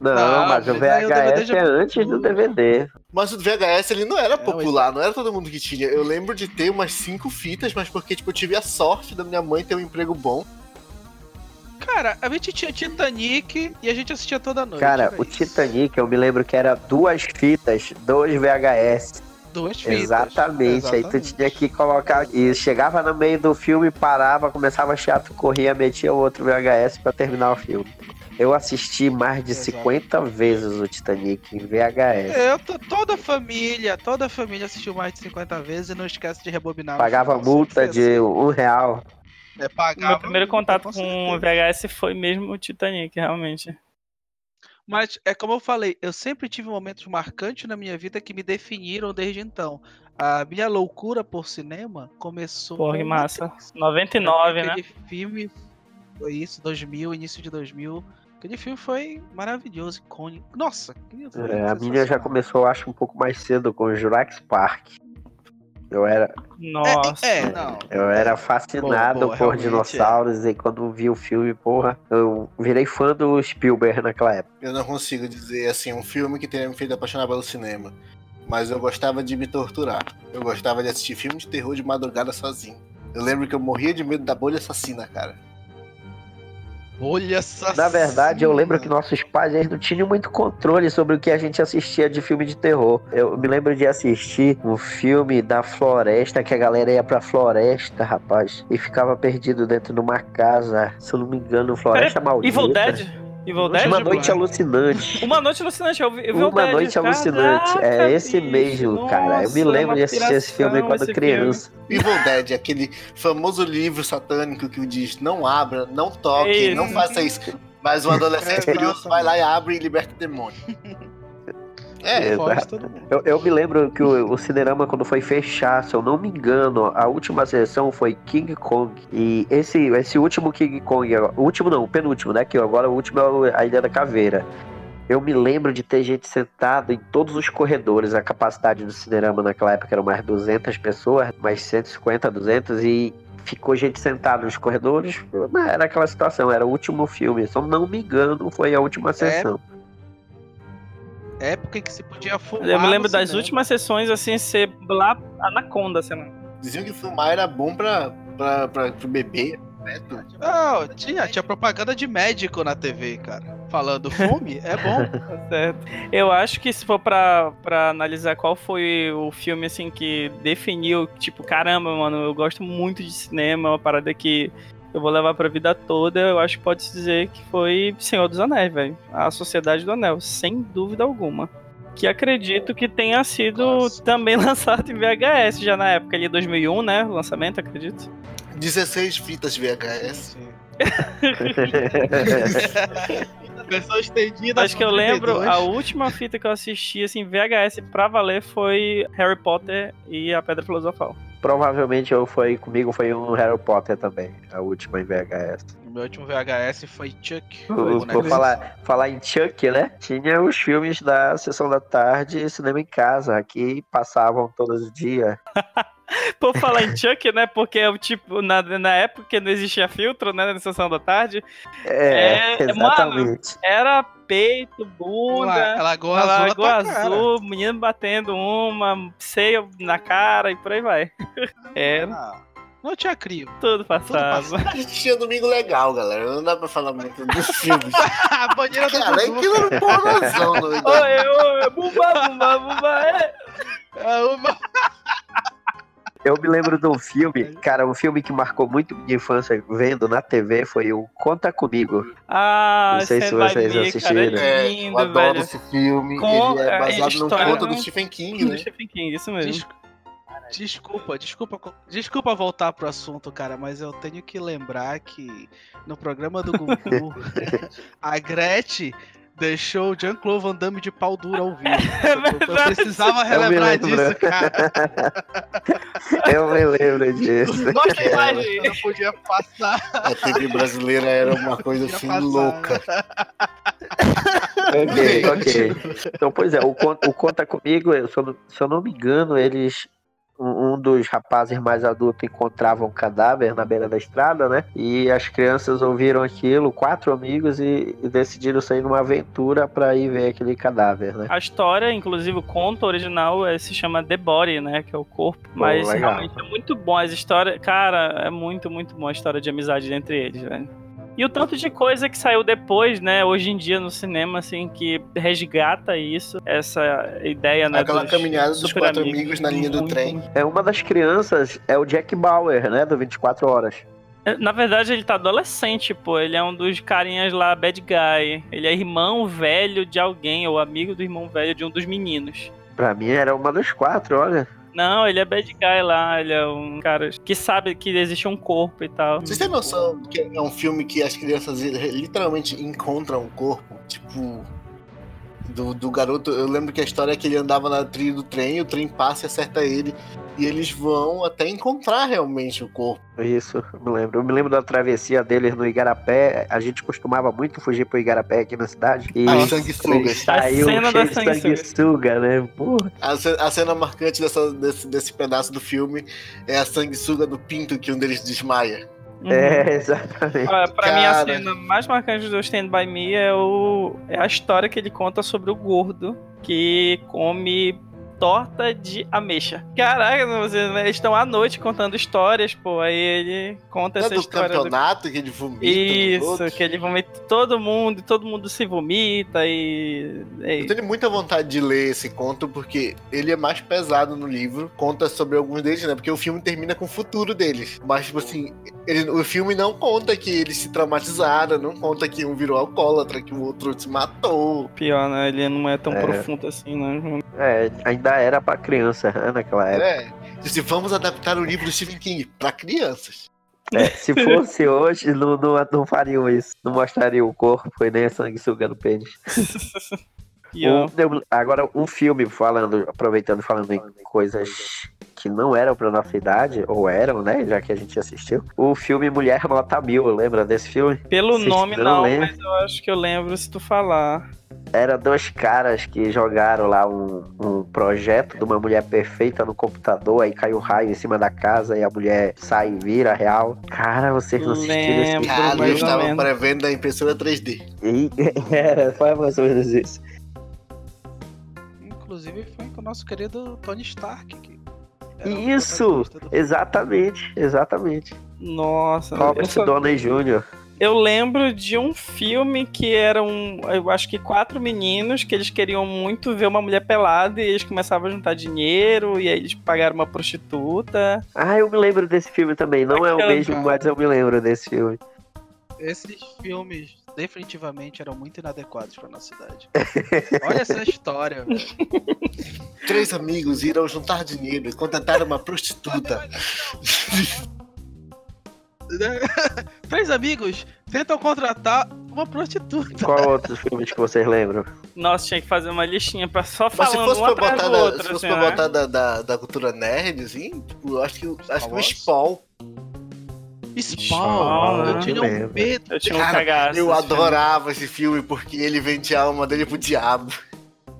Speaker 2: Não,
Speaker 3: Não,
Speaker 2: mas o
Speaker 3: Ah, mas aí o DVD
Speaker 2: VHS
Speaker 3: já-
Speaker 2: é antes do DVD.
Speaker 5: Mas o VHS ele não era
Speaker 3: mas-
Speaker 5: popular, não era todo mundo que tinha. Eu lembro de ter umas cinco fitas, mas porque tipo, eu tive a sorte da minha mãe ter um emprego bom.
Speaker 3: Cara, a gente tinha Titanic e a gente assistia toda noite.
Speaker 2: Cara,
Speaker 3: era
Speaker 2: o
Speaker 3: isso.
Speaker 2: Titanic, eu me lembro que era duas fitas, dois VHS.
Speaker 3: Duas fitas.
Speaker 2: Exatamente. Aí tu tinha que colocar. E chegava no meio do filme, parava, começava chato, corria, metia o outro VHS pra terminar o filme. Eu assisti mais de
Speaker 3: Exato. É,
Speaker 2: 50 vezes o Titanic em VHS.
Speaker 3: Eu, tô- toda a família, toda a família assistiu mais de 50 vezes e não esquece de rebobinar.
Speaker 2: Pagava multa de um real.
Speaker 3: É,
Speaker 4: O
Speaker 3: pagava
Speaker 4: meu primeiro contato com o
Speaker 3: certeza. É,
Speaker 4: VHS foi mesmo o Titanic, realmente.
Speaker 3: Mas é como eu falei, eu sempre tive momentos marcantes na minha vida que me definiram desde então. A minha loucura por cinema começou.
Speaker 4: Porra, que
Speaker 3: com
Speaker 4: massa.
Speaker 3: Matrix.
Speaker 4: 99, né?
Speaker 3: aquele filme foi isso, 2000, início de 2000. Aquele filme foi maravilhoso, icônico. Nossa, que foi
Speaker 2: É, a minha já
Speaker 3: sensacional.
Speaker 2: começou, eu acho, um pouco mais cedo com o Jurax Park. Eu era,
Speaker 4: Nossa.
Speaker 3: É, é, não.
Speaker 2: eu era
Speaker 3: Boa,
Speaker 2: fascinado
Speaker 3: boa,
Speaker 2: por
Speaker 3: realmente, é.
Speaker 2: dinossauros e quando vi o filme, porra, eu virei fã do Spielberg naquela época.
Speaker 5: Eu não consigo dizer assim um filme que tenha me feito apaixonar pelo cinema. Mas eu gostava de me torturar. Eu gostava de assistir filmes de terror de madrugada sozinho. Eu lembro que eu morria de medo da bolha assassina, cara.
Speaker 3: Olha essa.
Speaker 2: Na verdade, eu lembro que
Speaker 3: não.
Speaker 2: nossos pais eles não tinham muito controle sobre o que a gente assistia de filme de terror. Eu me lembro de assistir um filme da floresta, que a galera ia pra floresta, rapaz, e ficava perdido dentro de uma casa, se eu não me engano, floresta maldita.
Speaker 4: Evil Dead? Evil Dead?
Speaker 2: Uma
Speaker 3: Blair.
Speaker 2: noite alucinante.
Speaker 4: Uma noite alucinante, eu vi eu vi o
Speaker 2: Uma
Speaker 4: Dead.
Speaker 2: Noite Alucinante.
Speaker 4: Caraca,
Speaker 2: É esse
Speaker 4: bicho,
Speaker 2: mesmo, cara. Eu me
Speaker 4: nossa,
Speaker 2: lembro
Speaker 4: uma
Speaker 2: de assistir esse filme
Speaker 4: piração,
Speaker 2: quando
Speaker 4: esse
Speaker 2: criança.
Speaker 5: Evil Dead, aquele famoso livro satânico que diz não abra, não toque,
Speaker 4: Isso.
Speaker 5: não faça isso. Mas um adolescente
Speaker 3: É,
Speaker 5: curioso
Speaker 3: exato.
Speaker 5: vai lá e abre e liberta o demônio. É,
Speaker 2: É,
Speaker 3: Foge
Speaker 2: tá.
Speaker 3: todo mundo.
Speaker 2: Eu, eu me lembro que o, o Cinerama, quando foi fechar, se eu não me engano, a última sessão foi King Kong. E esse, esse último King Kong, o último não, o penúltimo, né? Que agora o último é o- a Ilha da Caveira. Eu me lembro de ter gente sentada em todos os corredores. A capacidade do Cinerama naquela época era mais 200 pessoas, mais 150, 200, e ficou gente sentada nos corredores. Mas Era aquela situação, era o último filme. Se eu não me engano, foi a última sessão.
Speaker 3: Época em que se podia fumar.
Speaker 4: Eu me lembro
Speaker 3: no
Speaker 4: das
Speaker 3: cinema.
Speaker 4: últimas sessões, assim, ser lá Anaconda, sei lá.
Speaker 5: diziam que fumar era bom pra, pra, pra, pro bebê, né? Tu-
Speaker 3: Não, tinha, tinha propaganda de médico na TV, cara. Falando fume, é bom.
Speaker 4: Tá certo. Eu acho que se for pra, pra analisar qual foi o filme, assim, que definiu, tipo, caramba, mano, eu gosto muito de cinema, é uma parada que eu vou levar pra vida toda, eu acho que pode-se dizer que foi Senhor dos Anéis, velho. A Sociedade do Anel, sem dúvida alguma. Que acredito que tenha sido
Speaker 3: Clássico.
Speaker 4: também lançado em VHS já na época ali, 2001, né? O lançamento, acredito.
Speaker 5: 16 fitas
Speaker 2: É,
Speaker 5: VHS.
Speaker 3: Versão estendida.
Speaker 4: Acho que eu lembro,
Speaker 3: 32.
Speaker 4: a última fita que eu assisti, assim, VHS pra valer foi Harry Potter e a Pedra Filosofal.
Speaker 2: Provavelmente eu foi comigo foi um Harry Potter também, a última em VHS.
Speaker 3: O meu último VHS foi Chuck. o
Speaker 2: Vou
Speaker 3: boneco.
Speaker 2: falar, falar em Chuck, né? Tinha os filmes da sessão da tarde e cinema em casa, que passavam todos os dias.
Speaker 4: Por falar em Chuck, né? Porque é o tipo, na, na época que não existia filtro, né? Na sessão da tarde,
Speaker 2: É,
Speaker 4: É,
Speaker 2: exatamente.
Speaker 4: era peito,
Speaker 3: Ela,
Speaker 4: bunda,
Speaker 3: ela goa azul. na
Speaker 4: lagoa
Speaker 3: tua cara.
Speaker 4: azul, menino batendo uma, seio na cara e por aí vai. Era
Speaker 3: Ah, não tinha crivo.
Speaker 4: tudo
Speaker 3: Tudo
Speaker 4: passava.
Speaker 3: passava.
Speaker 5: Tinha domingo legal, galera. Não dá pra falar muito dos filmes.
Speaker 3: a banheira do
Speaker 5: Cara,
Speaker 3: Dudu.
Speaker 5: aquilo era um pornozão, doido.
Speaker 4: Oi, oi, bumba, bumba, bumba, é.
Speaker 3: É uma-
Speaker 2: Eu me lembro de um filme, cara, um filme que marcou muito minha infância vendo na TV foi o Conta Comigo.
Speaker 4: Ah,
Speaker 2: Não sei
Speaker 4: Stand
Speaker 2: se
Speaker 4: by
Speaker 2: vocês
Speaker 4: Me, cara,
Speaker 2: assistiram.
Speaker 4: é
Speaker 5: É, eu
Speaker 4: lindo,
Speaker 5: adoro
Speaker 4: velho.
Speaker 5: esse filme.
Speaker 4: Com-
Speaker 5: Ele
Speaker 4: é,
Speaker 5: é baseado num
Speaker 4: história-
Speaker 5: conto do Stephen King, né?
Speaker 4: Stephen King, isso mesmo.
Speaker 3: Des- Desculpa, desculpa, co- desculpa voltar pro assunto, cara, mas eu tenho que lembrar que no programa do Gugu, a Gretchen deixou o Jean-Claude Van Damme de pau duro ao vivo.
Speaker 5: É
Speaker 3: Eu- eu,
Speaker 4: verdade.
Speaker 3: precisava
Speaker 2: Eu me
Speaker 3: relembrar
Speaker 2: lembro.
Speaker 5: né?
Speaker 3: disso, cara.
Speaker 2: Eu me lembro
Speaker 5: É
Speaker 2: disso.
Speaker 4: Mostra a imagem.
Speaker 3: Eu não podia passar.
Speaker 5: A TV brasileira era uma coisa
Speaker 3: podia
Speaker 5: assim
Speaker 3: passar.
Speaker 5: louca.
Speaker 3: Tá
Speaker 2: ok, ok. Então, pois é, o, Con- o Conta Comigo, eu- se eu, não- se eu não me engano, eles. Um um dos rapazes mais adultos encontrava um cadáver na beira da estrada, né? E as crianças ouviram aquilo, quatro amigos, e, e decidiram sair numa aventura pra ir ver aquele cadáver, né?
Speaker 4: A história, inclusive o conto original eh, se chama The Body, né? Que é o corpo. Mas
Speaker 2: legal.
Speaker 4: realmente é muito bom as histórias. Cara, é muito, muito bom a história de amizade entre eles, velho. E o tanto de coisa que saiu depois, né? Hoje em dia no cinema, assim, que resgata isso, essa ideia, né?
Speaker 5: Aquela
Speaker 4: dos
Speaker 5: caminhada dos
Speaker 4: super
Speaker 5: quatro amigos na linha do
Speaker 4: Muito,
Speaker 5: trem.
Speaker 2: É uma das crianças, é o Jack Bauer, né? Do 24 Horas.
Speaker 4: Na verdade, ele tá adolescente, pô. Ele é um dos carinhas lá, bad guy. Ele é irmão velho de alguém, ou amigo do irmão velho de um dos meninos.
Speaker 2: Pra mim era uma das quatro, olha.
Speaker 4: Não, ele é bad guy lá, ele é um cara que sabe que existe um corpo e tal.
Speaker 5: Vocês têm noção que é um filme que as crianças literalmente encontram o corpo? Tipo. Do, do garoto, eu lembro que a história é que ele andava na trilha do trem, o trem passa e acerta ele, e eles vão até encontrar realmente o corpo.
Speaker 2: Isso, eu me lembro. Eu me lembro da travessia deles no Igarapé. A gente costumava muito fugir pro Igarapé aqui na cidade. E
Speaker 5: As sanguessugas.
Speaker 2: saiu
Speaker 4: A cena
Speaker 2: cheio
Speaker 4: da
Speaker 2: de sanguessuga, né? Porra.
Speaker 5: A, ce- a cena marcante dessa- desse, desse pedaço do filme é a sanguessuga do pinto que um deles desmaia.
Speaker 4: Uhum.
Speaker 2: É, exatamente.
Speaker 4: Olha, pra mim, a
Speaker 5: Cara.
Speaker 4: cena mais marcante do Stand By Me é, o, é a história que ele conta sobre o gordo que come torta de ameixa. Caraca, você- né, eles estão à noite contando histórias, pô. Aí ele conta
Speaker 5: Não é
Speaker 4: essa
Speaker 5: do
Speaker 4: história do
Speaker 5: campeonato é que ele vomita? nos
Speaker 4: Isso,
Speaker 5: outros?
Speaker 4: que ele vomita todo mundo, todo mundo se vomita e. é
Speaker 5: Eu
Speaker 4: e-
Speaker 5: tenho muita vontade de ler esse conto, porque ele é mais pesado no livro, conta sobre alguns deles, né? Porque o filme termina com o futuro deles. Mas, tipo assim, ele- o filme não conta que eles se traumatizaram, não conta que um virou alcoólatra, que o outro se matou.
Speaker 4: Pior, né? Ele não é tão
Speaker 2: É.
Speaker 4: profundo assim, né?
Speaker 2: É, ainda era pra criança né, naquela época.
Speaker 5: É. Se vamos adaptar o livro do Stephen King pra crianças.
Speaker 2: É, se fosse hoje, não, não, não fariam isso. Não mostrariam o corpo e nem a sanguessuga no pênis.
Speaker 4: Pior.
Speaker 2: Um- eu- agora, um filme falando, aproveitando e falando em coisas que não eram pra nossa idade, ou eram, né? Já que a gente assistiu. O filme Mulher Nota Mil, lembra desse filme?
Speaker 4: Pelo
Speaker 2: Vocês
Speaker 4: nome,
Speaker 2: não
Speaker 4: não,
Speaker 2: lembram?
Speaker 4: mas eu acho que eu lembro se tu falar.
Speaker 2: Era dois caras que jogaram lá um, um projeto de uma mulher perfeita no computador, aí caiu um raio em cima da casa e a mulher sai e vira real. Cara, vocês não assistiram esse
Speaker 4: Lembro,
Speaker 5: Cara,
Speaker 4: mais
Speaker 5: eu
Speaker 4: ou
Speaker 5: estava
Speaker 4: menos.
Speaker 5: prevendo da impressora 3D.
Speaker 2: E- Era, foi mais ou menos isso.
Speaker 3: Inclusive foi com o nosso querido Tony Stark. Que era o
Speaker 2: Isso!
Speaker 3: protagonista do-
Speaker 2: Exatamente, exatamente.
Speaker 4: Nossa,
Speaker 5: Então,
Speaker 4: eu,
Speaker 2: Robert
Speaker 4: só-
Speaker 2: Downey Jr.
Speaker 4: eu lembro de um filme que eram, eu acho que quatro meninos que eles queriam muito ver uma mulher pelada e eles começavam a juntar dinheiro e aí eles pagaram uma prostituta.
Speaker 2: Ah, eu me lembro desse filme também. Não é o
Speaker 4: Bacana.
Speaker 2: mesmo, mas eu me lembro desse filme.
Speaker 3: Esses filmes definitivamente eram muito inadequados pra nossa idade. Olha essa história, velho.
Speaker 5: Três amigos irão juntar dinheiro e contratar uma prostituta.
Speaker 3: Três amigos tentam contratar uma prostituta.
Speaker 2: Qual outros filmes que vocês lembram?
Speaker 4: Nossa, tinha que fazer uma listinha pra só
Speaker 5: Mas se
Speaker 4: falando
Speaker 5: fosse
Speaker 4: um
Speaker 5: pra
Speaker 4: atrás
Speaker 5: botar,
Speaker 4: do
Speaker 5: da,
Speaker 4: outro.
Speaker 5: se fosse
Speaker 4: assim,
Speaker 5: pra
Speaker 4: né?
Speaker 5: botar da, da, da cultura nerd, assim, tipo, eu acho que, eu acho que o
Speaker 3: Wars?
Speaker 5: Spawn
Speaker 3: Spawn, eu
Speaker 4: né?
Speaker 5: É,
Speaker 3: tinha um
Speaker 2: Lembra.
Speaker 3: medo.
Speaker 4: Eu tinha um
Speaker 5: Cara,
Speaker 4: cagaço.
Speaker 5: Eu
Speaker 4: assim.
Speaker 5: adorava esse filme porque ele vende a alma dele pro diabo.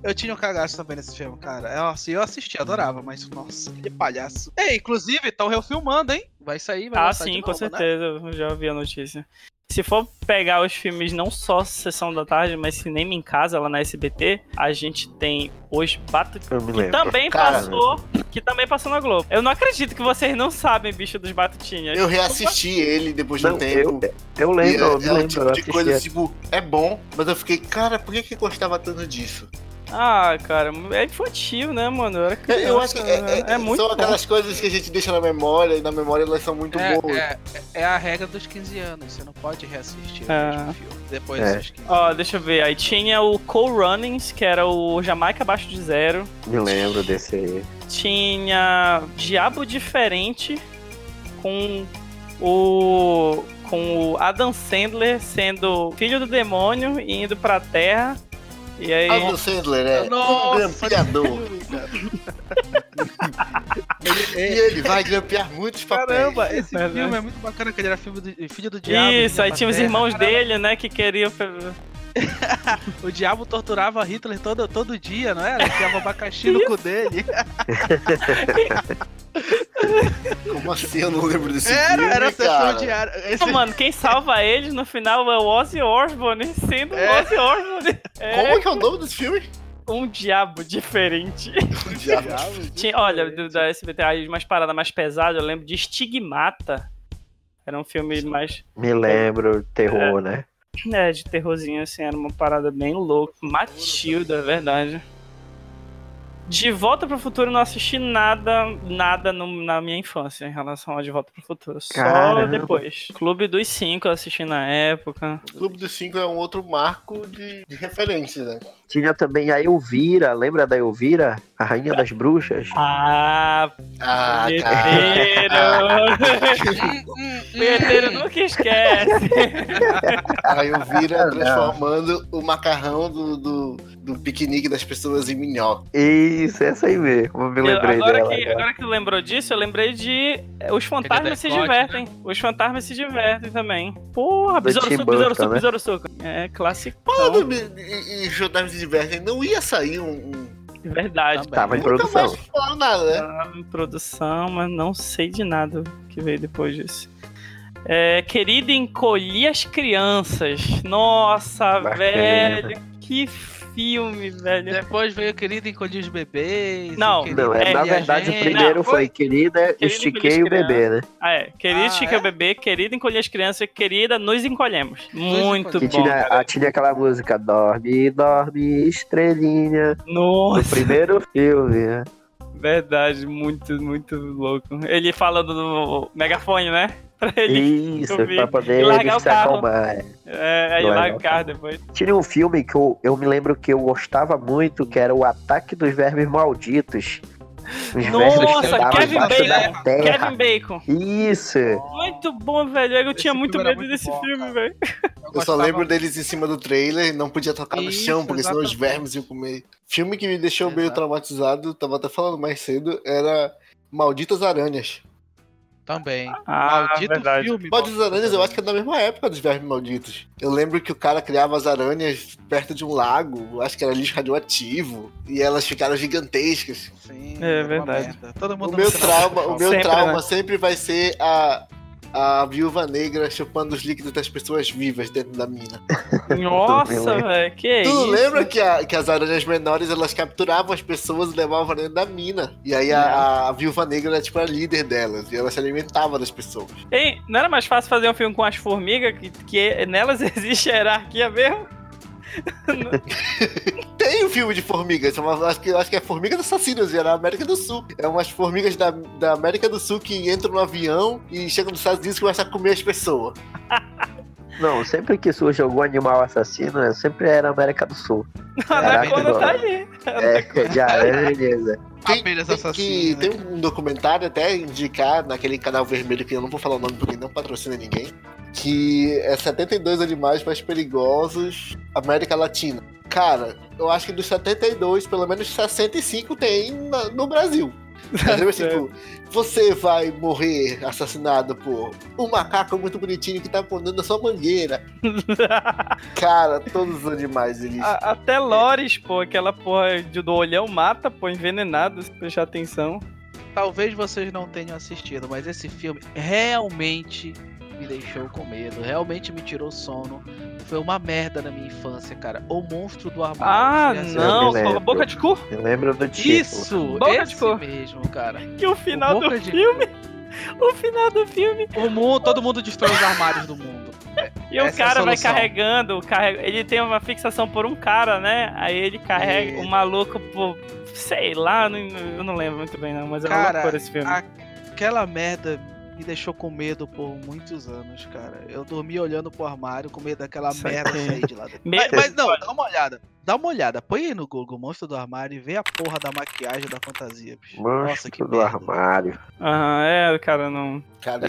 Speaker 3: Eu tinha um cagaço também nesse filme, cara. Nossa, eu assisti, adorava, mas nossa, que palhaço. É, inclusive, estão refilmando, hein? Vai sair, vai
Speaker 4: Ah,
Speaker 3: lançar
Speaker 4: sim,
Speaker 3: de
Speaker 4: com
Speaker 3: novo, né?
Speaker 4: certeza. Eu já ouvi a notícia. Se for pegar os filmes não só Sessão da Tarde, mas Cinema em Casa lá na SBT, a gente tem Os Batutinhas.
Speaker 2: Eu me
Speaker 4: Que
Speaker 5: Então,
Speaker 2: lembro.
Speaker 4: também
Speaker 5: Cara.
Speaker 4: passou. Que também passou na Globo. Eu não acredito que vocês não sabem, bicho dos Batutinhas.
Speaker 5: Eu reassisti ele depois de um
Speaker 2: Não,
Speaker 5: tempo.
Speaker 2: Eu
Speaker 5: e
Speaker 2: lembro, eu
Speaker 5: é,
Speaker 2: me
Speaker 5: é o
Speaker 2: lembro.
Speaker 5: tipo
Speaker 2: eu
Speaker 5: de
Speaker 2: assisti.
Speaker 5: coisa, tipo, é bom, mas eu fiquei, cara, por que que eu gostava tanto disso?
Speaker 4: Ah, cara, é infantil, né, mano? Eu, era
Speaker 5: Eu,
Speaker 4: criança,
Speaker 5: acho que é, é-
Speaker 4: né? muito
Speaker 5: são
Speaker 4: bom.
Speaker 5: aquelas coisas que a gente deixa na memória, e na memória elas são muito boas.
Speaker 3: É, é- é a regra dos 15 anos, você não pode reassistir o
Speaker 4: Ah.
Speaker 3: mesmo filme depois
Speaker 2: É.
Speaker 3: dos 15
Speaker 4: Ó, deixa eu ver. Aí tinha o Co-Runnings, que era o Jamaica Abaixo de Zero.
Speaker 2: Me lembro desse aí.
Speaker 4: tinha Diabo Diferente com o com o Adam Sandler sendo filho do demônio e indo pra terra. E aí
Speaker 5: Adam Sandler é um
Speaker 3: Nossa,
Speaker 5: grampeador. e ele vai grampear muitos papéis.
Speaker 4: caramba,
Speaker 3: Esse
Speaker 4: né?
Speaker 3: filme é muito bacana, que ele era filme do, filho do diabo.
Speaker 4: Isso,
Speaker 3: vinha
Speaker 4: aí
Speaker 3: pra
Speaker 4: tinha os
Speaker 3: terra.
Speaker 4: irmãos
Speaker 3: Caramba,
Speaker 4: dele, né, que queriam
Speaker 3: O diabo torturava Hitler todo, todo dia, não era? Enfiava abacaxi no cu dele.
Speaker 5: Como assim? Eu não lembro desse
Speaker 3: Era,
Speaker 5: filme,
Speaker 3: era sessão
Speaker 5: cara.
Speaker 3: diária.
Speaker 4: Não,
Speaker 3: Esse...
Speaker 4: mano, quem salva eles no final é o Ozzy Osbourne, sendo
Speaker 3: É.
Speaker 4: Ozzy Osbourne.
Speaker 5: Como é
Speaker 4: É
Speaker 5: que é o nome desse filme?
Speaker 4: um diabo diferente.
Speaker 5: O diabo.
Speaker 4: Tinha, olha, do- da SBT, aí umas paradas mais pesadas, eu lembro de Estigmata. Era um filme mais
Speaker 2: Me lembro, terror, né?
Speaker 4: é, de terrorzinho, assim, era uma parada bem louca. Matilda, é verdade. De Volta pro Futuro eu não assisti nada, nada no- na minha infância em relação a De Volta pro Futuro. Só
Speaker 2: Caramba.
Speaker 4: depois. Clube dos Cinco eu assisti na época.
Speaker 5: O Clube dos Cinco é um outro marco de, de referência, né?
Speaker 2: Tinha também a Elvira, lembra da Elvira? A Rainha das Bruxas?
Speaker 4: Ah,
Speaker 5: Ah, cara.
Speaker 7: Hum,
Speaker 4: Peteiro!
Speaker 2: um
Speaker 4: Peteiro nunca esquece.
Speaker 5: Aí eu vira transformando o macarrão do, do, do piquenique das pessoas em minhoca.
Speaker 2: Isso, essa aí mesmo, me
Speaker 4: Eu-
Speaker 2: lembrei
Speaker 4: agora,
Speaker 2: dela.
Speaker 4: que, agora que tu lembrou disso, eu lembrei de eh, Os Fantasmas se
Speaker 7: decote,
Speaker 4: divertem. Os Fantasmas se divertem também. Porra,
Speaker 2: Do
Speaker 4: Besouro
Speaker 2: Tim
Speaker 4: Suco, Besouro
Speaker 2: Burton,
Speaker 4: Suco,
Speaker 2: né?
Speaker 4: Besouro Suco. É clássico.
Speaker 5: Quando me- e, e Jotaro se divertem, não ia sair um. um
Speaker 4: Verdade.
Speaker 7: Tá,
Speaker 2: Tava em
Speaker 7: mas
Speaker 5: nunca
Speaker 2: produção.
Speaker 5: mais falaram nada, né?
Speaker 4: Tava em produção, mas não sei de nada que veio depois disso. É, querido, encolhi as crianças. Nossa,
Speaker 2: Bacana.
Speaker 4: velho. Que filme, velho.
Speaker 7: Depois veio o querido encolher os bebês.
Speaker 4: Não,
Speaker 7: o querido
Speaker 2: Não, é,
Speaker 4: É,
Speaker 2: na
Speaker 7: encolher a
Speaker 2: verdade o
Speaker 7: gente.
Speaker 2: primeiro
Speaker 4: não,
Speaker 2: foi,
Speaker 4: foi-
Speaker 2: querida, estiquei o
Speaker 4: Criança.
Speaker 2: bebê, né?
Speaker 4: Ah, é. Querido,
Speaker 3: Ah,
Speaker 4: estica
Speaker 3: é?
Speaker 4: o bebê. Querido, encolhi as crianças. Querida, nos encolhemos. Muito
Speaker 2: Que
Speaker 3: encolhemos.
Speaker 4: bom.
Speaker 2: tinha, ah, tinha aquela música Dorme, dorme, estrelinha.
Speaker 4: Nossa.
Speaker 2: No primeiro filme, né?
Speaker 4: Verdade, muito, muito louco. Ele falando do megafone, né? Pra ele
Speaker 2: Isso,
Speaker 4: eu vi.
Speaker 2: pra poder
Speaker 4: E largar
Speaker 2: eles
Speaker 4: o
Speaker 2: se
Speaker 4: carro.
Speaker 2: acalmar.
Speaker 4: é, aí
Speaker 2: Não é
Speaker 4: larga
Speaker 2: não.
Speaker 4: o carro depois.
Speaker 2: Tinha um filme que eu, eu me lembro que eu gostava muito, que era O Ataque dos Vermes Malditos. Os vermes que
Speaker 4: Nossa,
Speaker 2: andavam
Speaker 4: Kevin
Speaker 2: embaixo
Speaker 4: Bacon.
Speaker 2: da terra.
Speaker 4: Kevin Bacon.
Speaker 2: Isso.
Speaker 4: Muito bom, velho. Eu
Speaker 3: Esse
Speaker 4: tinha muito
Speaker 3: filme era
Speaker 4: medo
Speaker 3: muito
Speaker 4: desse
Speaker 3: bom,
Speaker 4: filme,
Speaker 3: cara.
Speaker 4: velho.
Speaker 5: Eu só
Speaker 3: gostava
Speaker 5: lembro deles em cima do trailer, não podia tocar no
Speaker 3: Isso,
Speaker 5: chão, porque senão os
Speaker 3: exatamente.
Speaker 5: vermes iam comer. Filme que me deixou meio
Speaker 3: Exato.
Speaker 5: traumatizado, tava até falando mais cedo, era Malditas Aranhas.
Speaker 7: Também.
Speaker 4: Ah,
Speaker 3: Maldito
Speaker 4: verdade.
Speaker 3: filme.
Speaker 5: Malditas Aranhas, eu acho que é da mesma época dos vermes malditos. Eu lembro que o cara criava as aranhas perto de um lago, acho que era lixo radioativo, e elas ficaram gigantescas.
Speaker 3: Sim,
Speaker 4: É
Speaker 3: era uma
Speaker 4: verdade.
Speaker 3: merda. Todo
Speaker 5: O
Speaker 3: mundo
Speaker 5: meu
Speaker 3: no cinema
Speaker 5: trauma,
Speaker 3: com
Speaker 5: o meu
Speaker 4: Sempre,
Speaker 5: trauma
Speaker 4: né?
Speaker 5: sempre vai ser a, a viúva negra chupando os líquidos das pessoas vivas dentro da mina.
Speaker 4: Nossa, velho. Que
Speaker 5: Tu
Speaker 4: isso?
Speaker 5: lembra que, a- que as aranhas menores elas capturavam as pessoas e levavam pra dentro da mina? E aí a, a viúva negra era tipo a líder delas e ela se alimentava das pessoas.
Speaker 4: Ei, não era mais fácil fazer um filme com as formigas, que, que nelas existe hierarquia mesmo?
Speaker 5: Tem um filme de formigas, chama- acho que, acho que é Formigas Assassinas, era na América do Sul. É umas formigas da, da América do Sul que entram no avião e chegam nos Estados Unidos e começam a comer as pessoas.
Speaker 2: Não, sempre que surge algum animal assassino, né, sempre era América do Sul.
Speaker 4: A Anaconda
Speaker 2: Caraca,
Speaker 4: tá ali.
Speaker 2: É, de aranha.
Speaker 5: Tem,
Speaker 3: Abelhas
Speaker 5: tem que,
Speaker 3: assassinas.
Speaker 5: tem um documentário até indicar naquele canal vermelho que eu não vou falar o nome porque não patrocina ninguém. Que é 72 animais mais perigosos América Latina. Cara, eu acho que dos 72, pelo menos 65 tem na- no Brasil. Entendeu? tipo, você vai morrer assassinado por um macaco muito bonitinho que tá apontando a sua mangueira. Cara, todos os animais eles.
Speaker 4: A- até Lores, pô, aquela porra de- do olhão mata, pô, envenenado, se prestar atenção.
Speaker 5: um-
Speaker 7: Talvez vocês não tenham assistido, mas esse filme realmente me deixou com medo, realmente me tirou sono. Foi uma merda na minha infância, cara. O monstro do armário.
Speaker 4: Ah,
Speaker 7: Vocês já
Speaker 4: não,
Speaker 2: me
Speaker 4: pô,
Speaker 2: lembro.
Speaker 4: boca de cu,
Speaker 2: Eu lembro do
Speaker 7: assistiram?
Speaker 2: título.
Speaker 7: Isso,
Speaker 4: Boca de
Speaker 7: esse
Speaker 4: cor.
Speaker 7: mesmo, cara.
Speaker 4: que o final
Speaker 7: O
Speaker 4: do
Speaker 7: Boca de-
Speaker 4: filme. O final do filme.
Speaker 7: O mundo, todo mundo destrói os armários do mundo.
Speaker 4: E o
Speaker 7: Essa é a
Speaker 4: cara vai
Speaker 7: solução.
Speaker 4: carregando, carrega, ele tem uma fixação por um cara, né? Aí ele carrega o
Speaker 3: Isso.
Speaker 4: maluco por. Sei lá, não- eu não lembro muito bem, não, mas é uma
Speaker 3: Cara,
Speaker 4: loucura esse filme.
Speaker 3: a- Aquela merda me deixou com medo por muitos anos, cara. Eu dormi olhando pro armário com medo daquela
Speaker 4: Isso
Speaker 3: merda
Speaker 4: aqui.
Speaker 3: sair de lá dentro.
Speaker 4: Me-
Speaker 7: Mas, mas não, dá uma olhada. Dá uma olhada. Põe aí no Google Monstro do Armário e vê a porra da maquiagem da fantasia, bicho. Nossa, que
Speaker 2: Monstro do
Speaker 7: merda.
Speaker 2: armário.
Speaker 4: Aham, é, cara, não.
Speaker 5: Cara,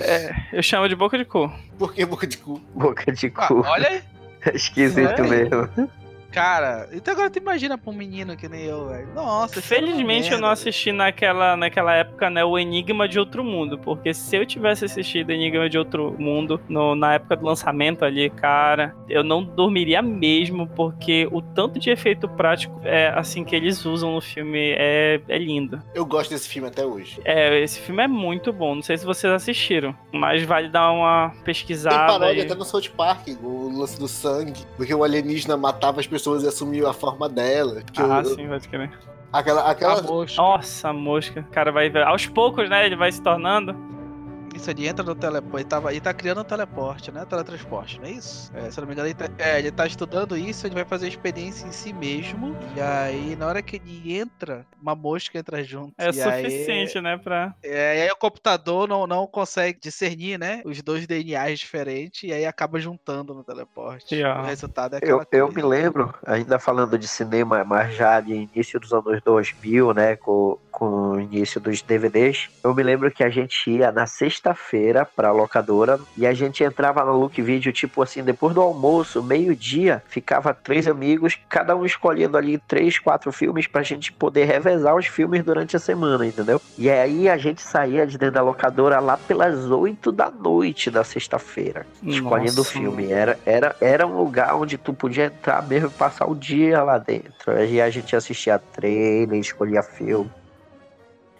Speaker 4: Eu chamo de boca de cu.
Speaker 5: por que boca de cu?
Speaker 2: Boca de
Speaker 7: Ah,
Speaker 2: cu.
Speaker 7: olha né? aí.
Speaker 2: Esquisito
Speaker 4: Sério?
Speaker 2: mesmo.
Speaker 7: Cara, então agora tu imagina pra um menino que nem eu, velho. Nossa, isso era uma
Speaker 4: Felizmente eu
Speaker 7: merda,
Speaker 4: não assisti naquela, naquela época, né, o Enigma de Outro Mundo, porque se eu tivesse assistido Enigma de Outro Mundo no- na época do lançamento ali, cara, eu não dormiria mesmo, porque o tanto de efeito prático é assim que eles usam no filme é, é lindo.
Speaker 5: Eu gosto desse filme até hoje.
Speaker 4: É, esse filme é muito bom, não sei se vocês assistiram, mas vale dar uma
Speaker 5: Tem
Speaker 4: pesquisada. aí.
Speaker 5: paródia até no South Park, o lance do sangue, porque o alienígena matava as pessoas e assumiu a forma dela. Que
Speaker 4: Ah,
Speaker 5: o-
Speaker 4: sim, vai querer.
Speaker 5: Aquela,
Speaker 7: cara.
Speaker 5: aquela,
Speaker 7: A mosca.
Speaker 4: Nossa, a mosca. O cara vai. Aos poucos, né? Ele vai se tornando.
Speaker 7: Isso, ele entra no teleporte. Ele, tava, ele tá criando um teleporte, né? Teletransporte, não é isso? É, se eu não me engano, ele tá, é, ele tá estudando isso, ele vai fazer a experiência em si mesmo. E aí, na hora que ele entra, uma mosca entra junto.
Speaker 4: É
Speaker 7: e
Speaker 4: suficiente, né? Pra.
Speaker 7: Aí, é, e aí o computador não, não consegue discernir, né? Os dois DNAs diferentes, e aí acaba juntando no teleporte.
Speaker 4: Pior.
Speaker 7: O resultado é aquela
Speaker 2: Eu, eu
Speaker 7: coisa.
Speaker 2: me lembro, ainda falando de cinema, mas já de início dos anos 2000, né, com, com o início dos DVDs, eu me lembro que a gente ia na sexta-feira pra locadora e a gente entrava na Look Video, tipo assim, depois do almoço, meio-dia, ficava três amigos, cada um escolhendo ali três, quatro filmes pra gente poder revezar os filmes durante a semana, entendeu? E aí a gente saía de dentro da locadora lá pelas oito da noite da sexta-feira escolhendo o
Speaker 4: Nossa.
Speaker 2: filme. Era, era, era um lugar onde tu podia entrar mesmo e passar o dia lá dentro. E a gente assistia trailer, escolhia filme.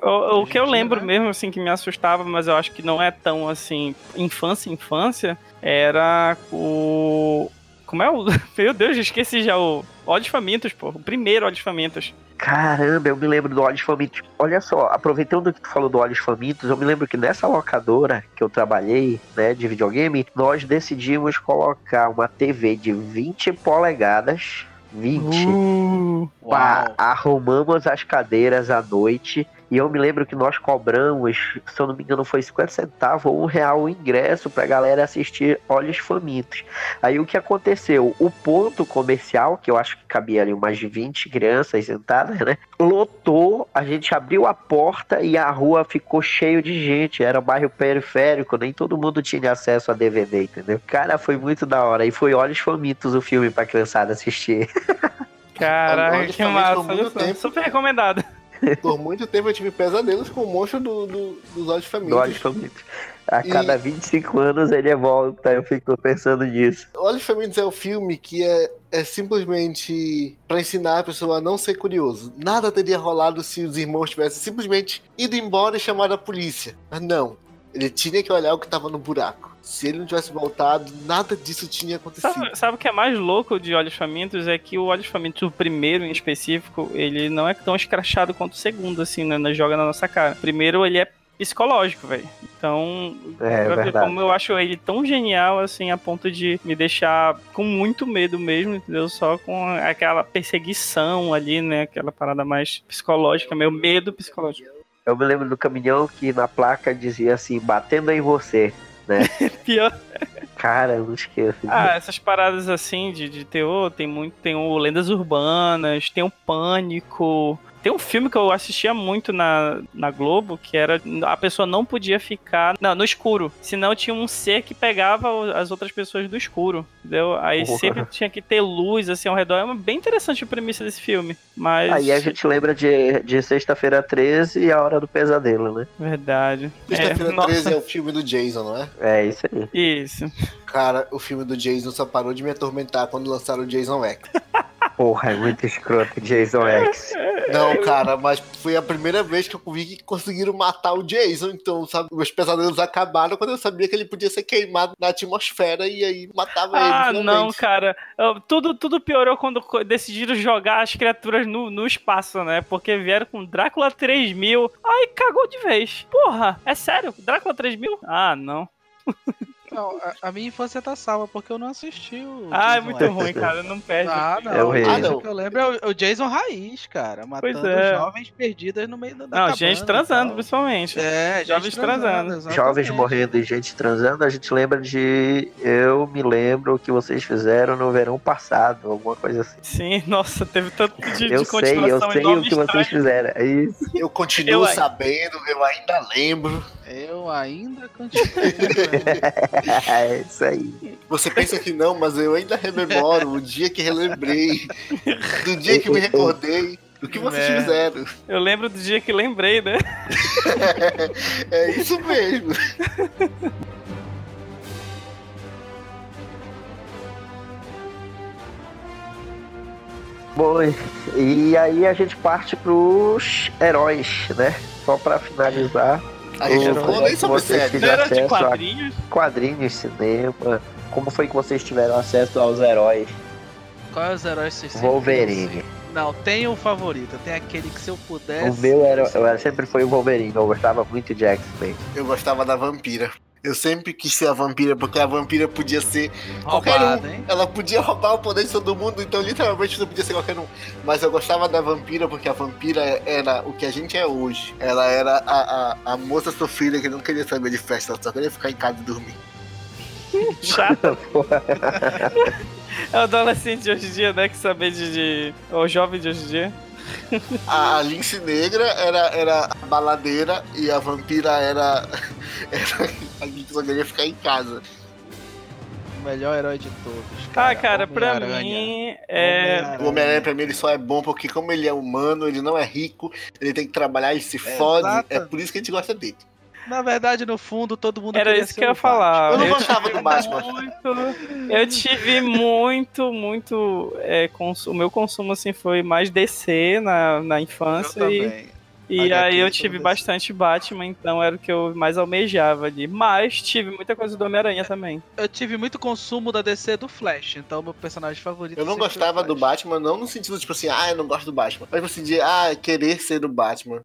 Speaker 4: O, o
Speaker 7: Hoje
Speaker 4: que
Speaker 7: em
Speaker 4: eu
Speaker 7: dia,
Speaker 4: lembro
Speaker 7: né?
Speaker 4: mesmo, assim, que me assustava, mas eu acho que não é tão assim, infância, infância, era o. Como é o. Meu Deus, eu esqueci já o. Olhos Famintos, pô. O primeiro Olhos Famintos.
Speaker 2: Caramba, eu me lembro do Olhos Famintos. Olha só, aproveitando que tu falou do Olhos Famintos, eu me lembro que nessa locadora que eu trabalhei, né, de videogame, nós decidimos colocar uma TV de 20 polegadas. 20.
Speaker 7: Uh.
Speaker 2: Pá,
Speaker 7: Uau.
Speaker 2: arrumamos as cadeiras à noite. E eu me lembro que nós cobramos, se eu não me engano, foi 50 centavos ou um real o ingresso pra galera assistir Olhos Famintos. Aí o que aconteceu? O ponto comercial, que eu acho que cabia ali umas 20 crianças sentadas, né? Lotou, a gente abriu a porta e a rua ficou cheio de gente. Era um bairro periférico, nem todo mundo tinha acesso a DVD, entendeu? Cara, foi muito da hora. E foi Olhos Famintos o filme pra criançada assistir.
Speaker 4: Caraca,
Speaker 5: Olhos
Speaker 4: que
Speaker 5: Famintos por
Speaker 4: massa.
Speaker 5: muito
Speaker 4: olha só.
Speaker 5: tempo. né?
Speaker 4: Super recomendado.
Speaker 5: Por muito tempo eu tive pesadelos com o monstro do, do, dos olhos
Speaker 2: Do Olhos
Speaker 5: famintos.
Speaker 2: Famintos. A
Speaker 5: E-
Speaker 2: cada 25 anos ele volta, eu fico pensando nisso.
Speaker 5: Olhos famintos é o filme que é, é simplesmente pra ensinar a pessoa a não ser curioso. Nada teria rolado se os irmãos tivessem simplesmente ido embora e chamado a polícia. Mas não, ele tinha que olhar o que tava no buraco. Se ele não tivesse voltado, nada disso tinha acontecido.
Speaker 4: Sabe, sabe o que é mais louco de Olhos Famintos? É que o Olhos Famintos, o primeiro em específico, ele não é tão escrachado quanto o segundo, assim, né? né, Joga na nossa cara. O primeiro, ele é psicológico, velho. Então,
Speaker 2: É,
Speaker 4: pra ver
Speaker 2: verdade.
Speaker 4: como eu acho ele tão genial, assim, a ponto de me deixar com muito medo mesmo, entendeu? Só com aquela perseguição ali, né? Aquela parada mais psicológica, meu medo psicológico.
Speaker 2: Eu me lembro do caminhão que na placa dizia assim, batendo em você.
Speaker 4: Pior
Speaker 2: Cara, eu não esqueço.
Speaker 4: Ah, essas paradas assim de, de terror, tem muito. Tem o Lendas Urbanas, tem o Pânico. Tem um filme que eu assistia muito na, na Globo, que era a pessoa não podia ficar não, no escuro. Senão tinha um ser que pegava o- as outras pessoas do escuro. Entendeu? Aí
Speaker 2: Porra.
Speaker 4: sempre tinha que ter luz assim ao redor. É uma bem interessante a premissa desse filme. Mas.
Speaker 2: Aí a gente lembra de, de sexta-feira 13 e a hora do pesadelo, né?
Speaker 4: Verdade.
Speaker 5: Sexta-feira
Speaker 4: nossa.
Speaker 5: 13 é o filme do Jason, não é?
Speaker 2: É isso aí.
Speaker 4: Isso.
Speaker 5: Cara, o filme do Jason só parou de me atormentar quando lançaram o Jason X.
Speaker 2: Porra, é muito escroto, Jason X.
Speaker 5: Não, cara, mas foi a primeira vez que eu vi que conseguiram matar o Jason. Então, sabe, meus pesadelos acabaram quando eu sabia que ele podia ser queimado na atmosfera e aí matava ele.
Speaker 4: Ah,
Speaker 5: finalmente.
Speaker 4: não, cara. Eu- tudo, tudo piorou quando co- decidiram jogar as criaturas no, no espaço, né? Porque vieram com Drácula 3000. Ai, cagou de vez. Porra, é sério? Drácula 3000? Ah, não.
Speaker 7: Não, a, a minha infância tá salva, porque eu não assisti o.
Speaker 4: Ah, é
Speaker 7: Jason
Speaker 4: muito
Speaker 7: X.
Speaker 4: ruim, cara. Não perde.
Speaker 7: Ah, não.
Speaker 2: É o rei.
Speaker 7: Ah,
Speaker 5: não.
Speaker 7: O que eu lembro é o, é o Jason Raiz, cara. Matando
Speaker 4: é.
Speaker 7: jovens perdidas no meio da. da
Speaker 4: Não,
Speaker 7: cabana
Speaker 4: gente
Speaker 7: e
Speaker 4: transando,
Speaker 7: tal.
Speaker 4: principalmente.
Speaker 7: É, gente
Speaker 4: Jovens transando.
Speaker 7: exatamente.
Speaker 2: Jovens morrendo e gente transando, a gente lembra de. Eu me lembro o que vocês fizeram no verão passado, alguma coisa assim.
Speaker 4: Sim, nossa, teve tanto de,
Speaker 2: eu
Speaker 4: de
Speaker 2: sei, eu
Speaker 4: continuação
Speaker 2: sei o
Speaker 4: enorme
Speaker 2: que vocês fizeram. É isso.
Speaker 5: Eu continuo
Speaker 4: Eu ainda-
Speaker 5: sabendo, eu ainda lembro.
Speaker 7: Eu ainda continuo. né?
Speaker 2: é isso aí.
Speaker 5: Você pensa que não, mas eu ainda rememoro o dia que relembrei, do dia que me recordei, do que vocês
Speaker 4: Merda.
Speaker 5: fizeram.
Speaker 4: Eu lembro do dia que lembrei, né?
Speaker 5: É isso mesmo.
Speaker 2: Bom, e aí a gente parte pros heróis, né? Só pra finalizar,
Speaker 5: A gente não
Speaker 2: Eu-
Speaker 5: falou nem sobre
Speaker 2: vocês
Speaker 5: série.
Speaker 2: fizeram-
Speaker 5: né?
Speaker 4: Era de
Speaker 2: acesso a-
Speaker 4: quadrinhos.
Speaker 2: quadrinhos, cinema. Como foi que vocês tiveram acesso aos heróis?
Speaker 7: Qual é os heróis que vocês sempre
Speaker 2: Wolverine.
Speaker 7: conheceram?
Speaker 3: Não, tem um favorito. Tem aquele que se eu pudesse.
Speaker 8: O meu era, eu era- sempre foi o Wolverine, eu gostava muito de X-Men.
Speaker 5: Eu gostava da vampira. Eu sempre quis ser a vampira, porque a vampira podia ser qualquer
Speaker 3: roubado,
Speaker 5: um.
Speaker 3: hein?
Speaker 5: Ela podia roubar o poder de todo mundo, então literalmente não podia ser qualquer um. Mas eu gostava da vampira, porque a vampira era o que a gente é hoje. Ela era a, a, a moça sofrida que não queria saber de festa, ela só queria ficar em casa e dormir.
Speaker 4: Chata. É o adolescente de hoje em dia, né? Que saber de. de... O jovem de hoje em dia.
Speaker 5: A, a Lince Negra era, era a baladeira e a vampira era, era alguém que só queria ficar em casa.
Speaker 3: O melhor herói de todos. Cara,
Speaker 4: Ah, cara, pra
Speaker 3: Homem-Aranha.
Speaker 4: mim é.
Speaker 5: O Homem-Aranha, pra mim, ele só é bom porque, como ele é humano, ele não é rico, ele tem que trabalhar e se fode. É
Speaker 3: exatamente.
Speaker 5: por isso que a gente gosta dele.
Speaker 3: Na verdade, no fundo, todo mundo
Speaker 4: Era
Speaker 3: queria
Speaker 4: isso
Speaker 3: ser
Speaker 4: que eu
Speaker 3: o
Speaker 4: ia falar.
Speaker 5: Eu não
Speaker 4: Eu
Speaker 5: gostava do Batman.
Speaker 4: muito- Eu tive muito, muito. é, cons- O meu consumo assim foi mais DC na, na
Speaker 3: Batman.
Speaker 4: infância.
Speaker 3: Eu
Speaker 4: e-
Speaker 3: também.
Speaker 4: E aí
Speaker 3: HQs
Speaker 4: eu
Speaker 3: sobre
Speaker 4: tive
Speaker 3: DC.
Speaker 4: bastante Batman, então era o que eu mais almejava ali. Mas tive muita coisa do Homem-Aranha também.
Speaker 3: Eu tive muito consumo da DC do Flash, então meu personagem favorito.
Speaker 5: Eu não
Speaker 3: sempre foi o
Speaker 5: gostava do
Speaker 3: Flash.
Speaker 5: Batman, não no sentido, tipo assim, ah, eu não gosto do Batman. Mas assim, de, ah, querer ser o Batman.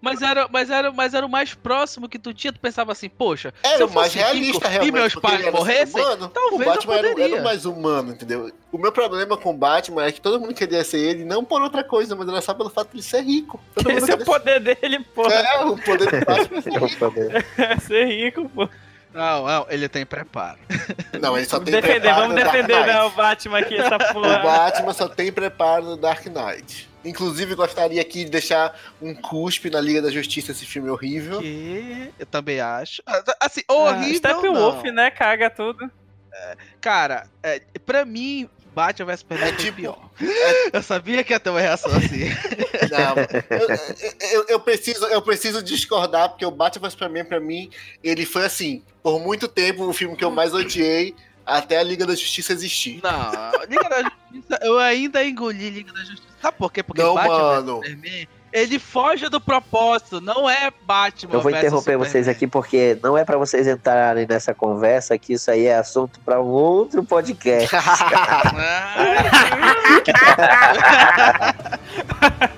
Speaker 3: Mas era, mas, era, mas era o mais próximo que tu tinha, tu pensava assim, poxa, se
Speaker 5: Era
Speaker 3: eu
Speaker 5: o mais
Speaker 3: fosse rico
Speaker 5: realista, realmente.
Speaker 3: e meus
Speaker 5: porque ele
Speaker 3: pais
Speaker 5: era
Speaker 3: morressem,
Speaker 5: humano.
Speaker 3: talvez
Speaker 5: o Batman
Speaker 3: eu
Speaker 5: era, o- era
Speaker 3: poderia.
Speaker 5: o mais humano, entendeu? O meu problema com o Batman é que todo mundo queria ser ele, não por outra coisa, mas era só pelo fato de ser rico. Todo mundo
Speaker 4: Esse é o
Speaker 5: queria
Speaker 4: poder dele, pô.
Speaker 5: ser- É, o poder do Batman é ser rico.
Speaker 4: É ser rico, pô.
Speaker 3: Não, não, ele tem preparo.
Speaker 5: Não, ele só tem
Speaker 4: defender,
Speaker 5: preparo
Speaker 4: vamos
Speaker 5: no Dark
Speaker 4: defender,
Speaker 5: Knight.
Speaker 4: né? O Batman aqui, essa
Speaker 5: O
Speaker 4: porra.
Speaker 5: Batman só tem preparo no Dark Knight. Inclusive, gostaria aqui de deixar um cuspe na Liga da Justiça esse filme horrível.
Speaker 3: Que eu também acho. Ah, Assim,
Speaker 4: Ah,
Speaker 3: horrível.
Speaker 4: Steppenwolf,
Speaker 3: não.
Speaker 4: né? Caga tudo.
Speaker 3: Cara, é, pra mim, Batman vs Superman
Speaker 5: É
Speaker 3: foi
Speaker 5: tipo-
Speaker 3: pior. Eu sabia que ia ter uma reação assim.
Speaker 5: Não, eu, eu- eu preciso, eu preciso discordar, porque o Batman vs Superman, pra mim, ele foi assim, por muito tempo, o filme que eu mais odiei até a Liga da Justiça existir.
Speaker 3: Não, Liga da Justiça, eu ainda engoli Liga da Justiça. Sabe por quê? Porque
Speaker 5: Não,
Speaker 3: Batman
Speaker 5: mano.
Speaker 3: vs Superman, ele foge do propósito, não é Batman.
Speaker 2: Eu vou
Speaker 3: versus
Speaker 2: interromper vocês
Speaker 3: Superman.
Speaker 2: aqui porque não é pra vocês entrarem nessa conversa, que isso aí é assunto pra um outro podcast.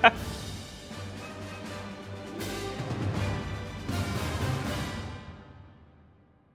Speaker 3: Ah,